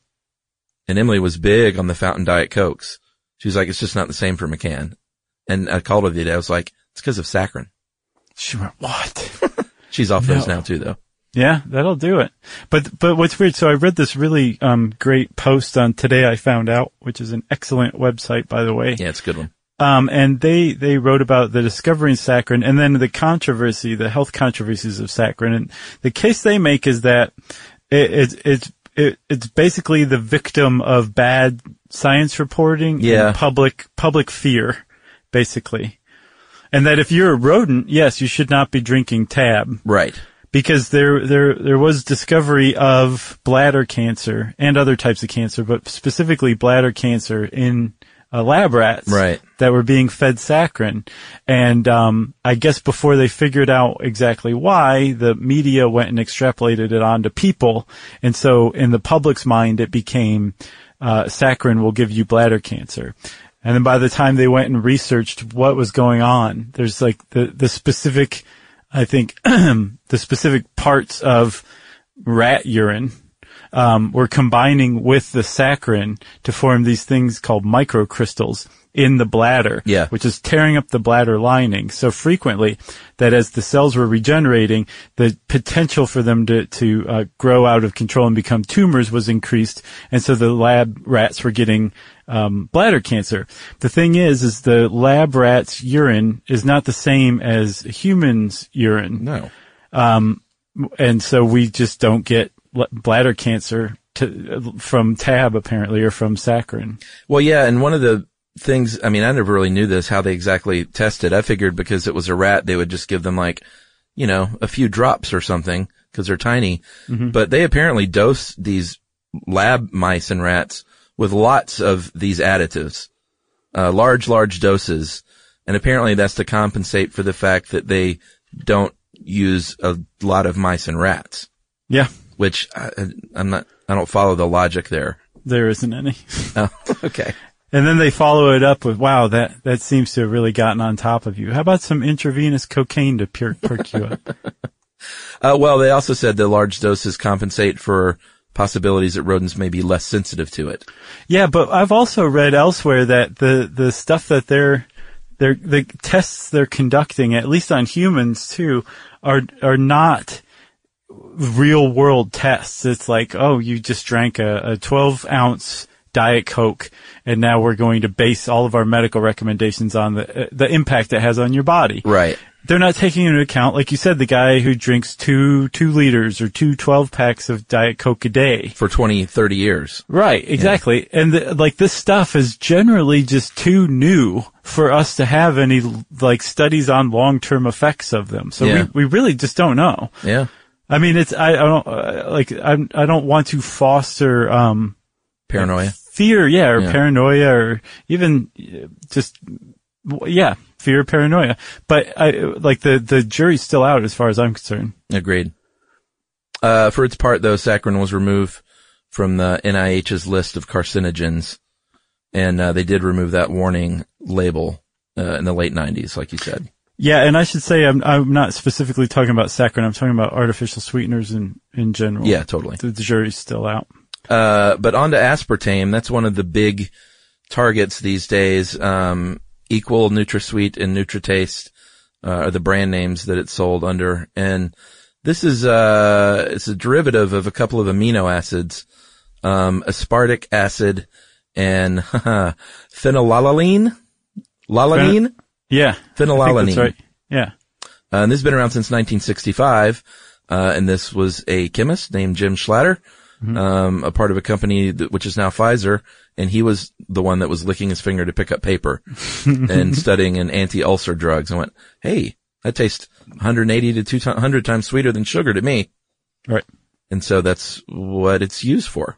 C: And Emily was big on the fountain diet Cokes. She was like, it's just not the same for McCann. And I called her the other day. I was like, it's because of saccharin.
B: She went, what?
C: She's off those
B: No.
C: now too, though.
B: Yeah, that'll do it. But but what's weird? So I read this really um, great post on today. I found out, which is an excellent website, by the way.
C: Yeah, it's a good one.
B: Um, and they they wrote about the discovery of saccharin, and then the controversy, the health controversies of saccharin. And the case they make is that it, it's it's it, it's basically the victim of bad science reporting
C: Yeah.
B: and public public fear, basically. And that if you're a rodent, yes, you should not be drinking tab
C: Right.
B: because there there there was discovery of bladder cancer and other types of cancer, but specifically bladder cancer in uh, lab rats
C: Right.
B: that were being fed saccharin, and um, I guess before they figured out exactly why, the media went and extrapolated it onto people, and so in the public's mind it became uh, saccharin will give you bladder cancer. And then by the time they went and researched what was going on, there's like the, the specific I think (clears throat) the specific parts of rat urine um, were combining with the saccharin to form these things called microcrystals in the bladder,
C: Yeah.
B: which is tearing up the bladder lining so frequently that as the cells were regenerating, the potential for them to to uh, grow out of control and become tumors was increased, and so the lab rats were getting um, bladder cancer. The thing is, is the lab rats' urine is not the same as humans' urine
C: No.
B: and so we just don't get l- bladder cancer to, from tab apparently or from saccharin.
C: Well, yeah, and one of the things, I mean, I never really knew this, how they exactly tested. I figured because it was a rat, they would just give them like, you know, a few drops or something because they're tiny. But they apparently dose these lab mice and rats with lots of these additives, uh, large, large doses. And apparently that's to compensate for the fact that they don't use a lot of mice and rats,
B: Yeah,
C: which I, I'm not, I don't follow the logic there. (laughs)
B: there isn't any.
C: Oh, okay.
B: And then they follow it up with, "Wow, that that seems to have really gotten on top of you. How about some intravenous cocaine to per- perk you up?"
C: Uh, well, they also said that large doses compensate for possibilities that rodents may be less sensitive to it.
B: Yeah, but I've also read elsewhere that the the stuff that they're they're the tests they're conducting, at least on humans too, are are not real world tests. It's like, oh, you just drank a, a twelve ounce Diet Coke, and now we're going to base all of our medical recommendations on the uh, the impact it has on your body.
C: Right.
B: They're not taking into account, like you said, the guy who drinks two two liters or two 12 packs of Diet Coke a day.
C: For 20, 30 years.
B: Right, exactly. And the, like this stuff is generally just too new for us to have any like studies on long-term effects of them. So
C: Yeah.
B: we, we really just don't know.
C: Yeah.
B: I mean, it's, I, I don't, uh, like, I'm, I don't want to foster, um,
C: Paranoia.
B: fear, yeah, or
C: Yeah.
B: paranoia, or even uh, just, w- yeah, fear, paranoia. But I, like the, the jury's still out as far as I'm concerned.
C: Agreed. Uh, for its part, though, saccharin was removed from the NIH's list of carcinogens, and uh, they did remove that warning label uh, in the late '90s, like you said.
B: Yeah, and I should say I'm I'm not specifically talking about saccharin. I'm talking about artificial sweeteners in in general.
C: Yeah, totally.
B: the, the jury's still out.
C: Uh, but on to aspartame. That's one of the big targets these days. Um, Equal, NutraSweet, and NutriTaste uh, are the brand names that it's sold under. And this is uh, it's a derivative of a couple of amino acids, um, aspartic acid and (laughs) phenylalanine. Lalanine?
B: Yeah, I think
C: Phenylalanine.
B: that's right. Yeah,
C: Uh, and this has been around since 1965. Uh, and this was a chemist named Jim Schlatter, um, a part of a company that, which is now Pfizer. And he was the one that was licking his finger to pick up paper and studying an anti-ulcer drugs and went, Hey, that tastes 180 to 200 100 times sweeter than sugar to me.
B: right.
C: And so that's what it's used for.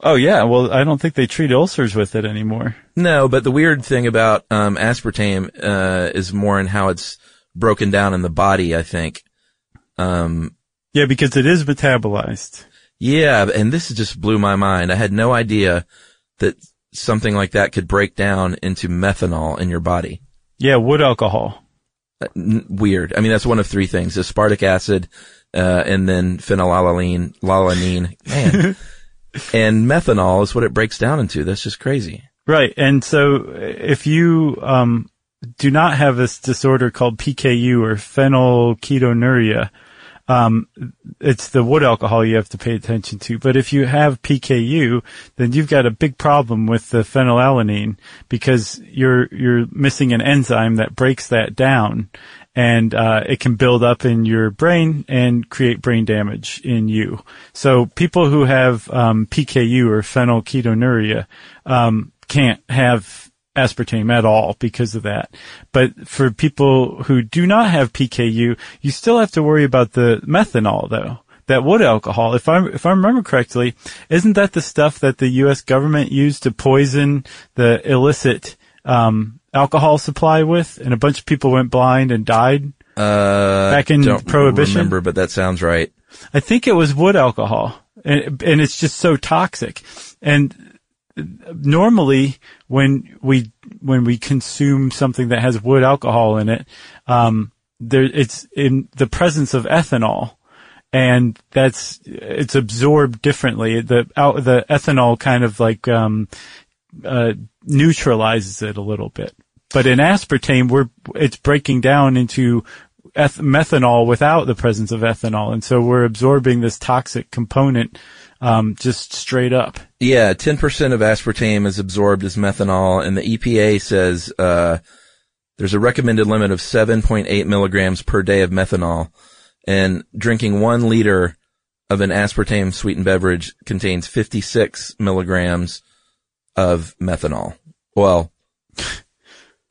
B: Oh yeah. Well, I don't think they treat ulcers with it anymore.
C: No, but the weird thing about um, aspartame uh, is more in how it's broken down in the body, I think. Um,
B: Yeah, because it is metabolized.
C: Yeah, and this just blew my mind. I had no idea that something like that could break down into methanol in your body.
B: Yeah, wood alcohol.
C: Uh, n- Weird. I mean, that's one of three things: aspartic acid, uh, and then phenylalanine, lalanine,
B: (laughs)
C: man, and methanol is what it breaks down into. That's just crazy.
B: Right. And so if you um, do not have this disorder called PKU or phenylketonuria, um, it's the wood alcohol you have to pay attention to. But if you have PKU, then you've got a big problem with the phenylalanine because you're you're missing an enzyme that breaks that down, and uh, it can build up in your brain and create brain damage in you. So people who have um, PKU or phenylketonuria um, can't have aspartame at all because of that. But for people who do not have PKU, you still have to worry about the methanol though. That wood alcohol, if I if I remember correctly, isn't that the stuff that the U.S. government used to poison the illicit um, alcohol supply with, and a bunch of people went blind and died?
C: Uh,
B: Back in
C: don't
B: Prohibition?
C: remember, but that sounds right.
B: I think it was wood alcohol, and and it's just so toxic. And normally, when we when we consume something that has wood alcohol in it, um, there it's in the presence of ethanol, and that's it's absorbed differently. The out the ethanol kind of like um, uh, neutralizes it a little bit. But in aspartame, we're it's breaking down into eth- methanol without the presence of ethanol, and so we're absorbing this toxic component um, just straight up.
C: Yeah, 10% of aspartame is absorbed as methanol, and the EPA says uh, there's a recommended limit of 7.8 milligrams per day of methanol, and drinking one liter of an aspartame sweetened beverage contains 56 milligrams of methanol. Well,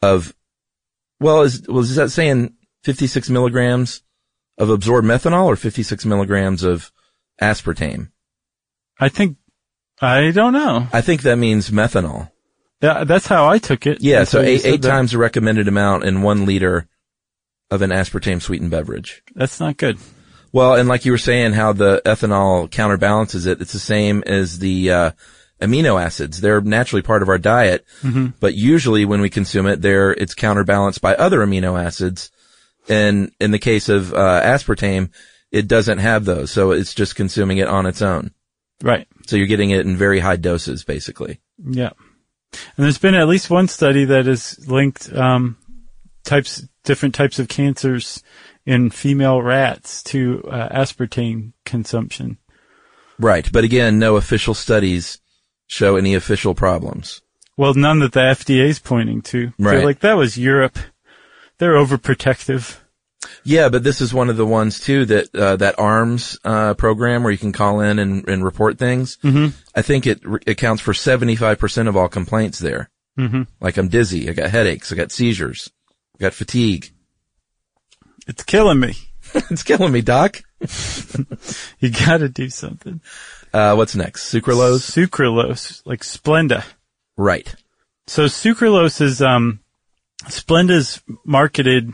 C: of, well, is, was that saying 56 milligrams of absorbed methanol or 56 milligrams of aspartame?
B: I think I don't know.
C: I think that means methanol.
B: Tha- that's how I took it.
C: Yeah, so
B: until you
C: eight,
B: said
C: eight
B: that.
C: times the recommended amount in one liter of an aspartame sweetened beverage.
B: That's not good.
C: Well, and like you were saying, how the ethanol counterbalances it, it's the same as the uh, amino acids. They're naturally part of our diet,
B: Mm-hmm.
C: but usually when we consume it, they're it's counterbalanced by other amino acids. And in the case of uh, aspartame, it doesn't have those, so it's just consuming it on its own.
B: Right.
C: So you're getting it in very high doses, basically.
B: Yeah. And there's been at least one study that has linked um, types, different types of cancers in female rats to uh, aspartame consumption.
C: Right. But again, no official studies show any official problems.
B: Well, none that the FDA's pointing to.
C: Right.
B: They're like, that was Europe. They're overprotective.
C: Yeah, but this is one of the ones too that uh, that arms uh, program where you can call in and, and report things. Mm-hmm. I think it re- accounts for seventy five percent of all complaints there. Mm-hmm. Like I'm dizzy, I got headaches, I got seizures, I got fatigue. (laughs)
B: It's killing me. (laughs)
C: it's killing me, Doc.
B: You gotta do something.
C: Uh, what's next? Sucralose.
B: Sucralose, like Splenda.
C: Right.
B: So sucralose is, um, Splenda's marketed,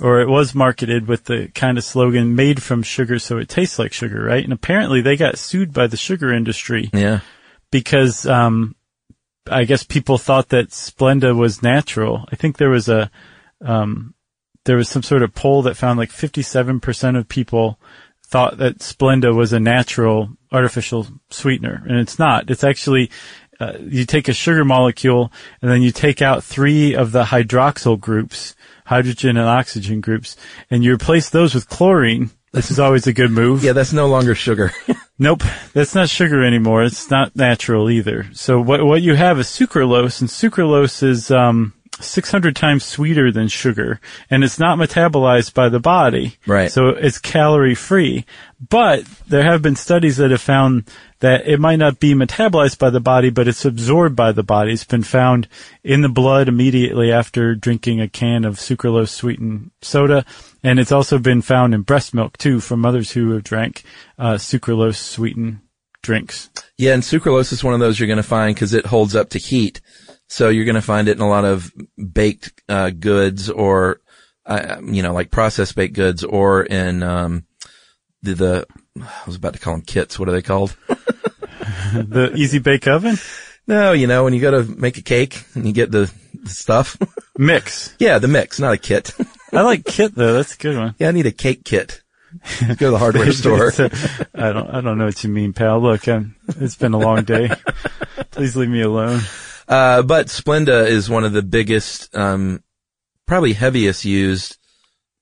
B: or it was marketed with the kind of slogan made from sugar so it tastes like sugar, right? And apparently they got sued by the sugar industry
C: Yeah.
B: because, um, I guess people thought that Splenda was natural. I think there was a, um, there was some sort of poll that found like 57% of people thought that Splenda was a natural artificial sweetener. And it's not. It's actually, uh, you take a sugar molecule and then you take out three of the hydroxyl groups, hydrogen and oxygen groups, and you replace those with chlorine. This is always a good move.
C: (laughs) Yeah, that's no longer sugar.
B: Nope, that's not sugar anymore. It's not natural either. So what what you have is sucralose, and sucralose is um, 600 times sweeter than sugar, and it's not metabolized by the body.
C: Right.
B: So it's calorie free. But there have been studies that have found that it might not be metabolized by the body, but it's absorbed by the body. It's been found in the blood immediately after drinking a can of sucralose sweetened soda. And it's also been found in breast milk too from mothers who have drank uh, sucralose sweetened drinks.
C: Yeah, and sucralose is one of those you're going to find because it holds up to heat. So you're going to find it in a lot of baked uh, goods or, uh, you know, like processed baked goods or in um, the, the, I was about to call them kits. What are they called?
B: The Easy Bake Oven
C: no, you know, when you go to make a cake and you get the, the stuff.
B: mix.
C: yeah, the mix, not a kit. (laughs)
B: I like kit though. That's a good one.
C: yeah, I need a cake kit. Go to
B: (laughs)
C: the hardware store.
B: It's a- (laughs) I don't. I don't know what you mean, pal. Look, i it's been a long day. Please leave me alone.
C: Uh, but Splenda is one of the biggest, um, probably heaviest used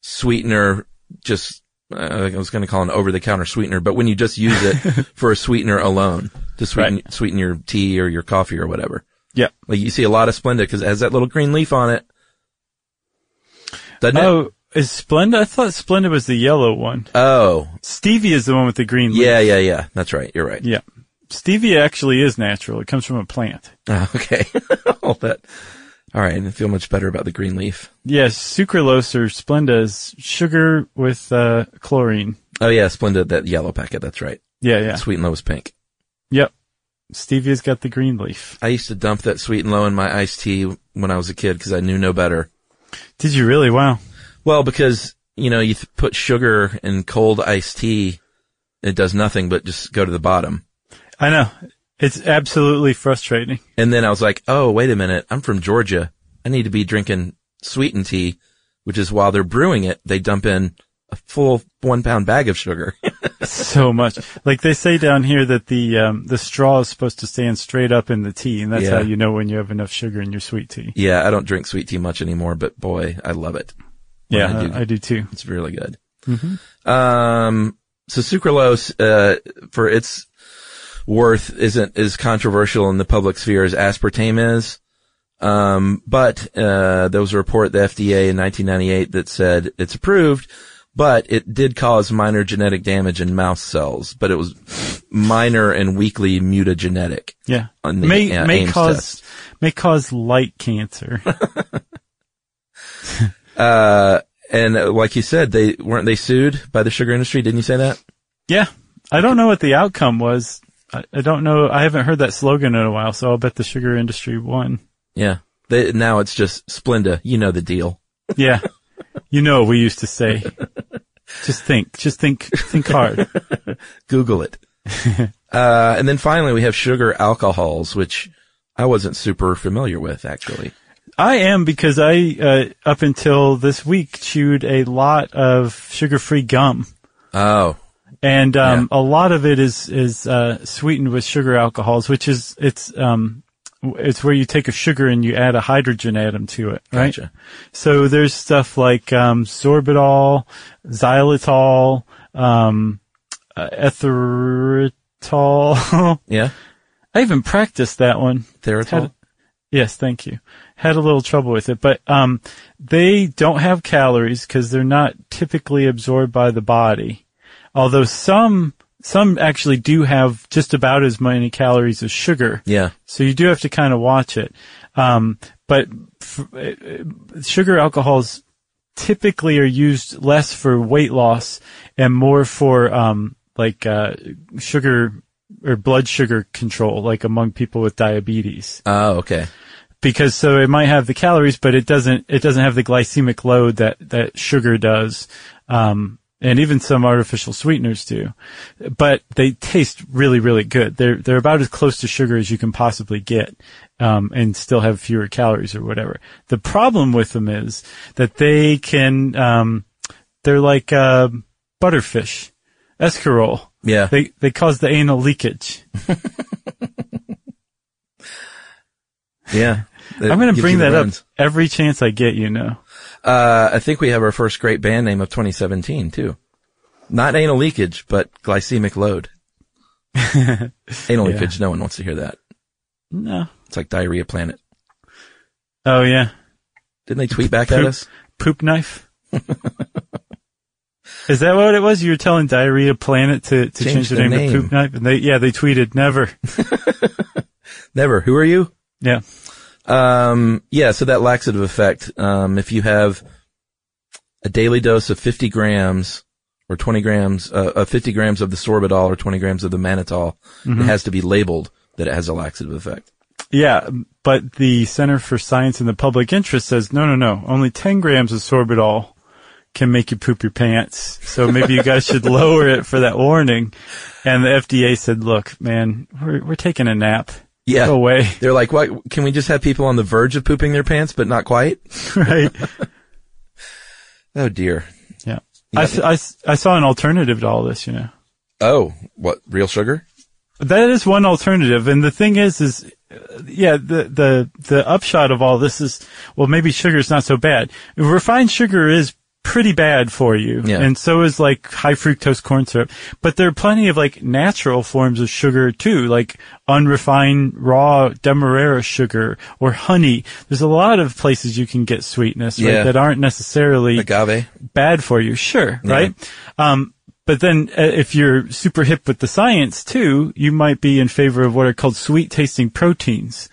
C: sweetener, just, uh, I was going to call an over the counter sweetener, but when you just use
B: (laughs)
C: it for a sweetener alone to sweeten,
B: Right.
C: sweeten your tea or your coffee or whatever.
B: Yeah.
C: Like you see a lot of Splenda because it has that little green leaf on it. Doesn't it?
B: Oh, is Splenda? I thought Splenda was the yellow one.
C: Oh,
B: Stevia is the one with the green leaf.
C: yeah, yeah, yeah. That's right. You're right.
B: Yeah. Stevia actually is natural. It comes from a plant.
C: Ah, (laughs) Okay. All that. All right. I feel much better about the green leaf.
B: Yes, sucralose or Splenda is sugar with uh, chlorine.
C: Oh yeah. Splenda, that yellow packet. That's right.
B: Yeah, yeah.
C: Sweet and low is pink.
B: Yep. Stevia's got the green leaf.
C: I used to dump that sweet and low in my iced tea when I was a kid because I knew no better.
B: Did you really? Wow.
C: Well, because, you know, you th- put sugar in cold iced tea, it does nothing but just go to the bottom.
B: I know. It's absolutely frustrating. (laughs)
C: And then I was like, oh, wait a minute. I'm from Georgia. I need to be drinking sweetened tea, which is while they're brewing it, they dump in a full one pound bag of sugar. (laughs)
B: so much. Like they say down here that the um, the straw is supposed to stand straight up in the tea, and that's
C: Yeah.
B: how you know when you have enough sugar in your sweet tea.
C: yeah, I don't drink sweet tea much anymore, but boy, I love it. When
B: Yeah,
C: I
B: I
C: do-
B: do, too.
C: It's really good. Um, so sucralose, uh, for its worth isn't as controversial in the public sphere as aspartame is. Um, but, uh, there was a report at the FDA in 1998 that said it's approved, but it did cause minor genetic damage in mouse cells, but it was minor and weakly mutagenetic.
B: Yeah,
C: On the,
B: may
C: uh,
B: may
C: Ames
B: cause
C: test.
B: may cause light cancer. (laughs)
C: Uh, and uh, like you said, they weren't they sued by the sugar industry? Didn't you say that?
B: yeah, I don't know what the outcome was. I, I don't know. I haven't heard that slogan in a while, so I'll bet the sugar industry won.
C: Yeah. They, now it's just Splenda. You know the deal.
B: Yeah, (laughs) you know what we used to say. Just think, just think, think
C: (laughs)
B: hard. (laughs)
C: Google it. uh, and then finally we have sugar alcohols, which I wasn't super familiar with actually.
B: I am because I, uh, up until this week, chewed a lot of sugar-free gum,
C: Oh,
B: and um, a lot of it is is uh, sweetened with sugar alcohols, which is it's um, w- it's where you take a sugar and you add a hydrogen atom to it, right?
C: Gotcha.
B: So there's stuff like um, sorbitol, xylitol, um, uh, etheritol.
C: yeah.
B: (laughs) I even practiced that one.
C: Theratal?
B: Had- yes, thank you. Had a little trouble with it, but um, they don't have calories because they're not typically absorbed by the body. Although some some actually do have just about as many calories as sugar.
C: Yeah.
B: So you do have to kind of watch it. Um, but f- uh, sugar alcohols typically are used less for weight loss and more for um, like uh, sugar or blood sugar control, like among people with diabetes,
C: Oh, okay.
B: because so it might have the calories, but it doesn't it doesn't have the glycemic load that that sugar does. Um, and even some artificial sweeteners do, but they taste really, really good. They're they're about as close to sugar as you can possibly get, um, and still have fewer calories or whatever. The problem with them is that they can um, they're like uh, butterfish, escarole. (laughs)
C: Yeah.
B: They they cause the anal leakage.
C: yeah.
B: I'm going to
C: Gives
B: bring
C: you the
B: that up
C: runs.
B: every chance I get, you know.
C: Uh, I think we have our first great band name of 2017 too. Not anal leakage, but
B: (laughs)
C: glycemic load. anal
B: Yeah.
C: leakage. No one wants to hear that.
B: No.
C: It's like diarrhea planet.
B: Oh yeah.
C: Didn't
B: (laughs)
C: they tweet back at
B: Poop,
C: us?
B: poop knife. Is that what it was? You were telling Diarrhea Planet to, to
C: Change
B: change their
C: the
B: name,
C: name.
B: to Poop Knife, and they yeah they tweeted never.
C: Never. Who are you?
B: Yeah.
C: Um, yeah. So that laxative effect. Um, if you have a daily dose of 50 grams or 20 grams, uh, of 50 grams of the sorbitol or 20 grams of the mannitol, it has to be labeled that it has a laxative effect.
B: Yeah, but the Center for Science and the Public Interest says no, no, no. Only 10 grams of sorbitol can make you poop your pants. So maybe you guys should (laughs) lower it for that warning. And the FDA said, look, man, we're we're taking a nap.
C: Yeah.
B: Go away, (laughs)
C: They're like, why can we just have people on the verge of pooping their pants, but not quite?
B: right?
C: Oh dear.
B: Yeah. I, s- I s- I saw an alternative to all this, you know.
C: Oh, what real sugar?
B: That is one alternative. And the thing is, is, uh, yeah, the, the, the upshot of all this is, well, maybe sugar's not so bad. Refined sugar is pretty bad for you.
C: Yeah.
B: And so is like high fructose corn syrup. But there are plenty of like natural forms of sugar too, like unrefined raw demerara sugar or honey. There's a lot of places you can get sweetness, right?
C: Yeah.
B: That aren't necessarily
C: Agave.
B: bad for you, sure,
C: Yeah.
B: right? Um, but then uh, if you're super hip with the science too, you might be in favor of what are called sweet tasting proteins.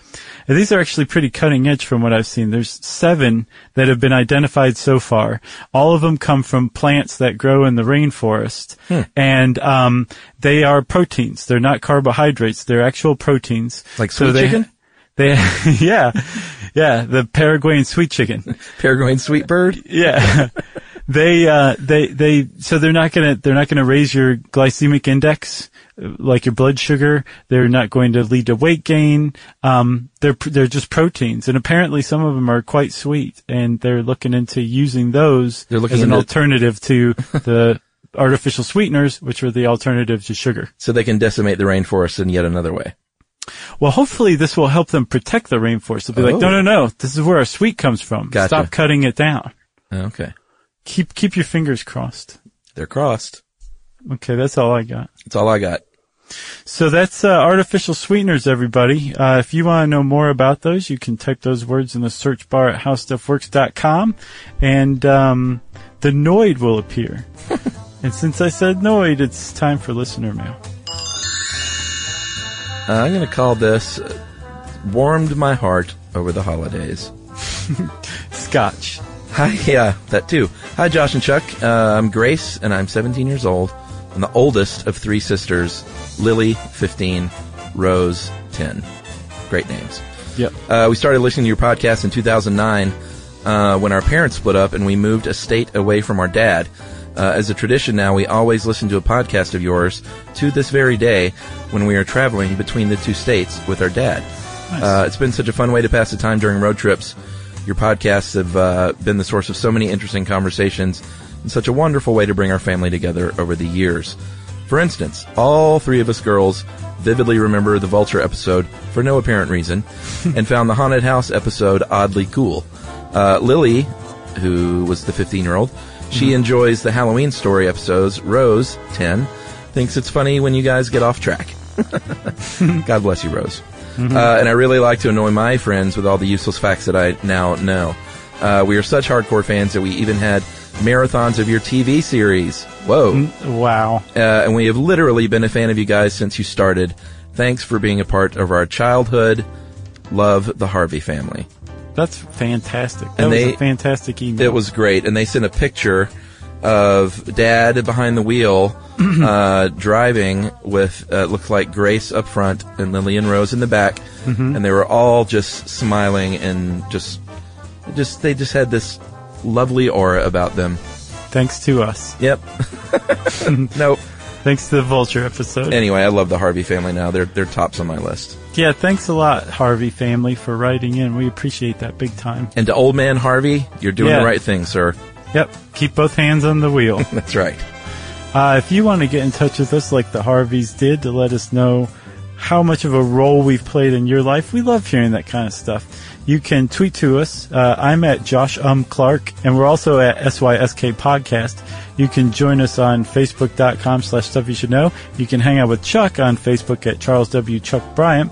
B: And these are actually pretty cutting edge from what I've seen. There's seven that have been identified so far. All of them come from plants that grow in the rainforest.
C: Hmm.
B: And, um, they are proteins. They're not carbohydrates. They're actual proteins.
C: Like sweet
B: they,
C: chicken?
B: (laughs) They, yeah. Yeah. The Paraguayan sweet chicken
C: Paraguayan sweet bird.
B: yeah. (laughs) they uh they they so they're not going to they're not going to raise your glycemic index uh, like your blood sugar. They're not going to lead to weight gain. Um they're pr- they're just proteins and apparently some of them are quite sweet and they're looking into using those
C: They're looking
B: as an
C: into-
B: alternative
C: (laughs)
B: to the artificial sweeteners which are the alternative to sugar.
C: So they can decimate the rainforest in yet another way.
B: Well, hopefully this will help them protect the rainforest. They'll be
C: Oh.
B: like, "No, no, no. This is where our sweet comes from.
C: Gotcha.
B: Stop cutting it down."
C: Okay.
B: Keep keep your fingers crossed.
C: They're crossed.
B: Okay, that's all I got.
C: That's all I got.
B: So that's uh, artificial sweeteners, everybody. Uh, if you want to know more about those, you can type those words in the search bar at howstuffworks.com, and um, the Noid will
C: (laughs)
B: appear. and since I said Noid, it's time for listener mail.
C: Uh, I'm going to call this uh, warmed my heart over the holidays. (laughs)
B: Scotch.
C: Hi, yeah, that too. Hi, Josh and Chuck. Uh, I'm Grace, and I'm 17 years old. I'm the oldest of three sisters: Lily, 15; Rose, 10. Great names.
B: Yep.
C: Uh, we started listening to your podcast in 2009 uh, when our parents split up and we moved a state away from our dad. Uh, as a tradition now, we always listen to a podcast of yours to this very day when we are traveling between the two states with our dad. Uh, it's been such a fun way to pass the time during road trips. Your podcasts have uh, been the source of so many interesting conversations and such a wonderful way to bring our family together over the years. For instance, all three of us girls vividly remember the Vulture episode for no apparent reason and found the Haunted House episode oddly cool. Uh, Lily, who was the 15 year old, she enjoys the Halloween story episodes. Rose, 10, thinks it's funny when you guys get off track. God bless you, Rose. Uh, and I really like to annoy my friends with all the useless facts that I now know. Uh, we are such hardcore fans that we even had marathons of your TV series. Whoa.
B: Wow.
C: Uh, and we have literally been a fan of you guys since you started. Thanks for being a part of our childhood. Love the Harvey family.
B: That's fantastic. That
C: And
B: was
C: they-
B: a fantastic email.
C: It was great. And they sent a picture of dad behind the wheel, (clears throat) uh, driving with, uh, looked like Grace up front and Lily and Rose in the back. And they were all just smiling and just, just, they just had this lovely aura about them.
B: Thanks to us.
C: Yep. (laughs) nope.
B: Thanks to the Vulture episode.
C: Anyway, I love the Harvey family now. They're, they're tops on my list.
B: yeah, thanks a lot, Harvey family, for writing in. We appreciate that big time.
C: And to old man Harvey, you're doing
B: Yeah.
C: the right thing, sir. (laughs)
B: Yep. Keep both hands on the wheel.
C: That's right.
B: Uh, if you want to get in touch with us like the Harveys did to let us know how much of a role we've played in your life, we love hearing that kind of stuff. You can tweet to us. Uh, I'm at Josh Um Clark, and we're also at SYSK Podcast. You can join us on Facebook.com slash Stuff You Should Know. You can hang out with Chuck on Facebook at Charles W. Chuck Bryant.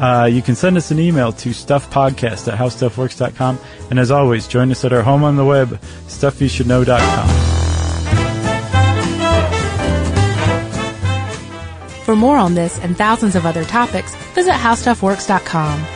B: Uh, you can send us an email to stuffpodcast at howstuffworks.com. And as always, join us at our home on the web, stuffyoushouldknow.com.
A: For more on this and thousands of other topics, visit howstuffworks.com.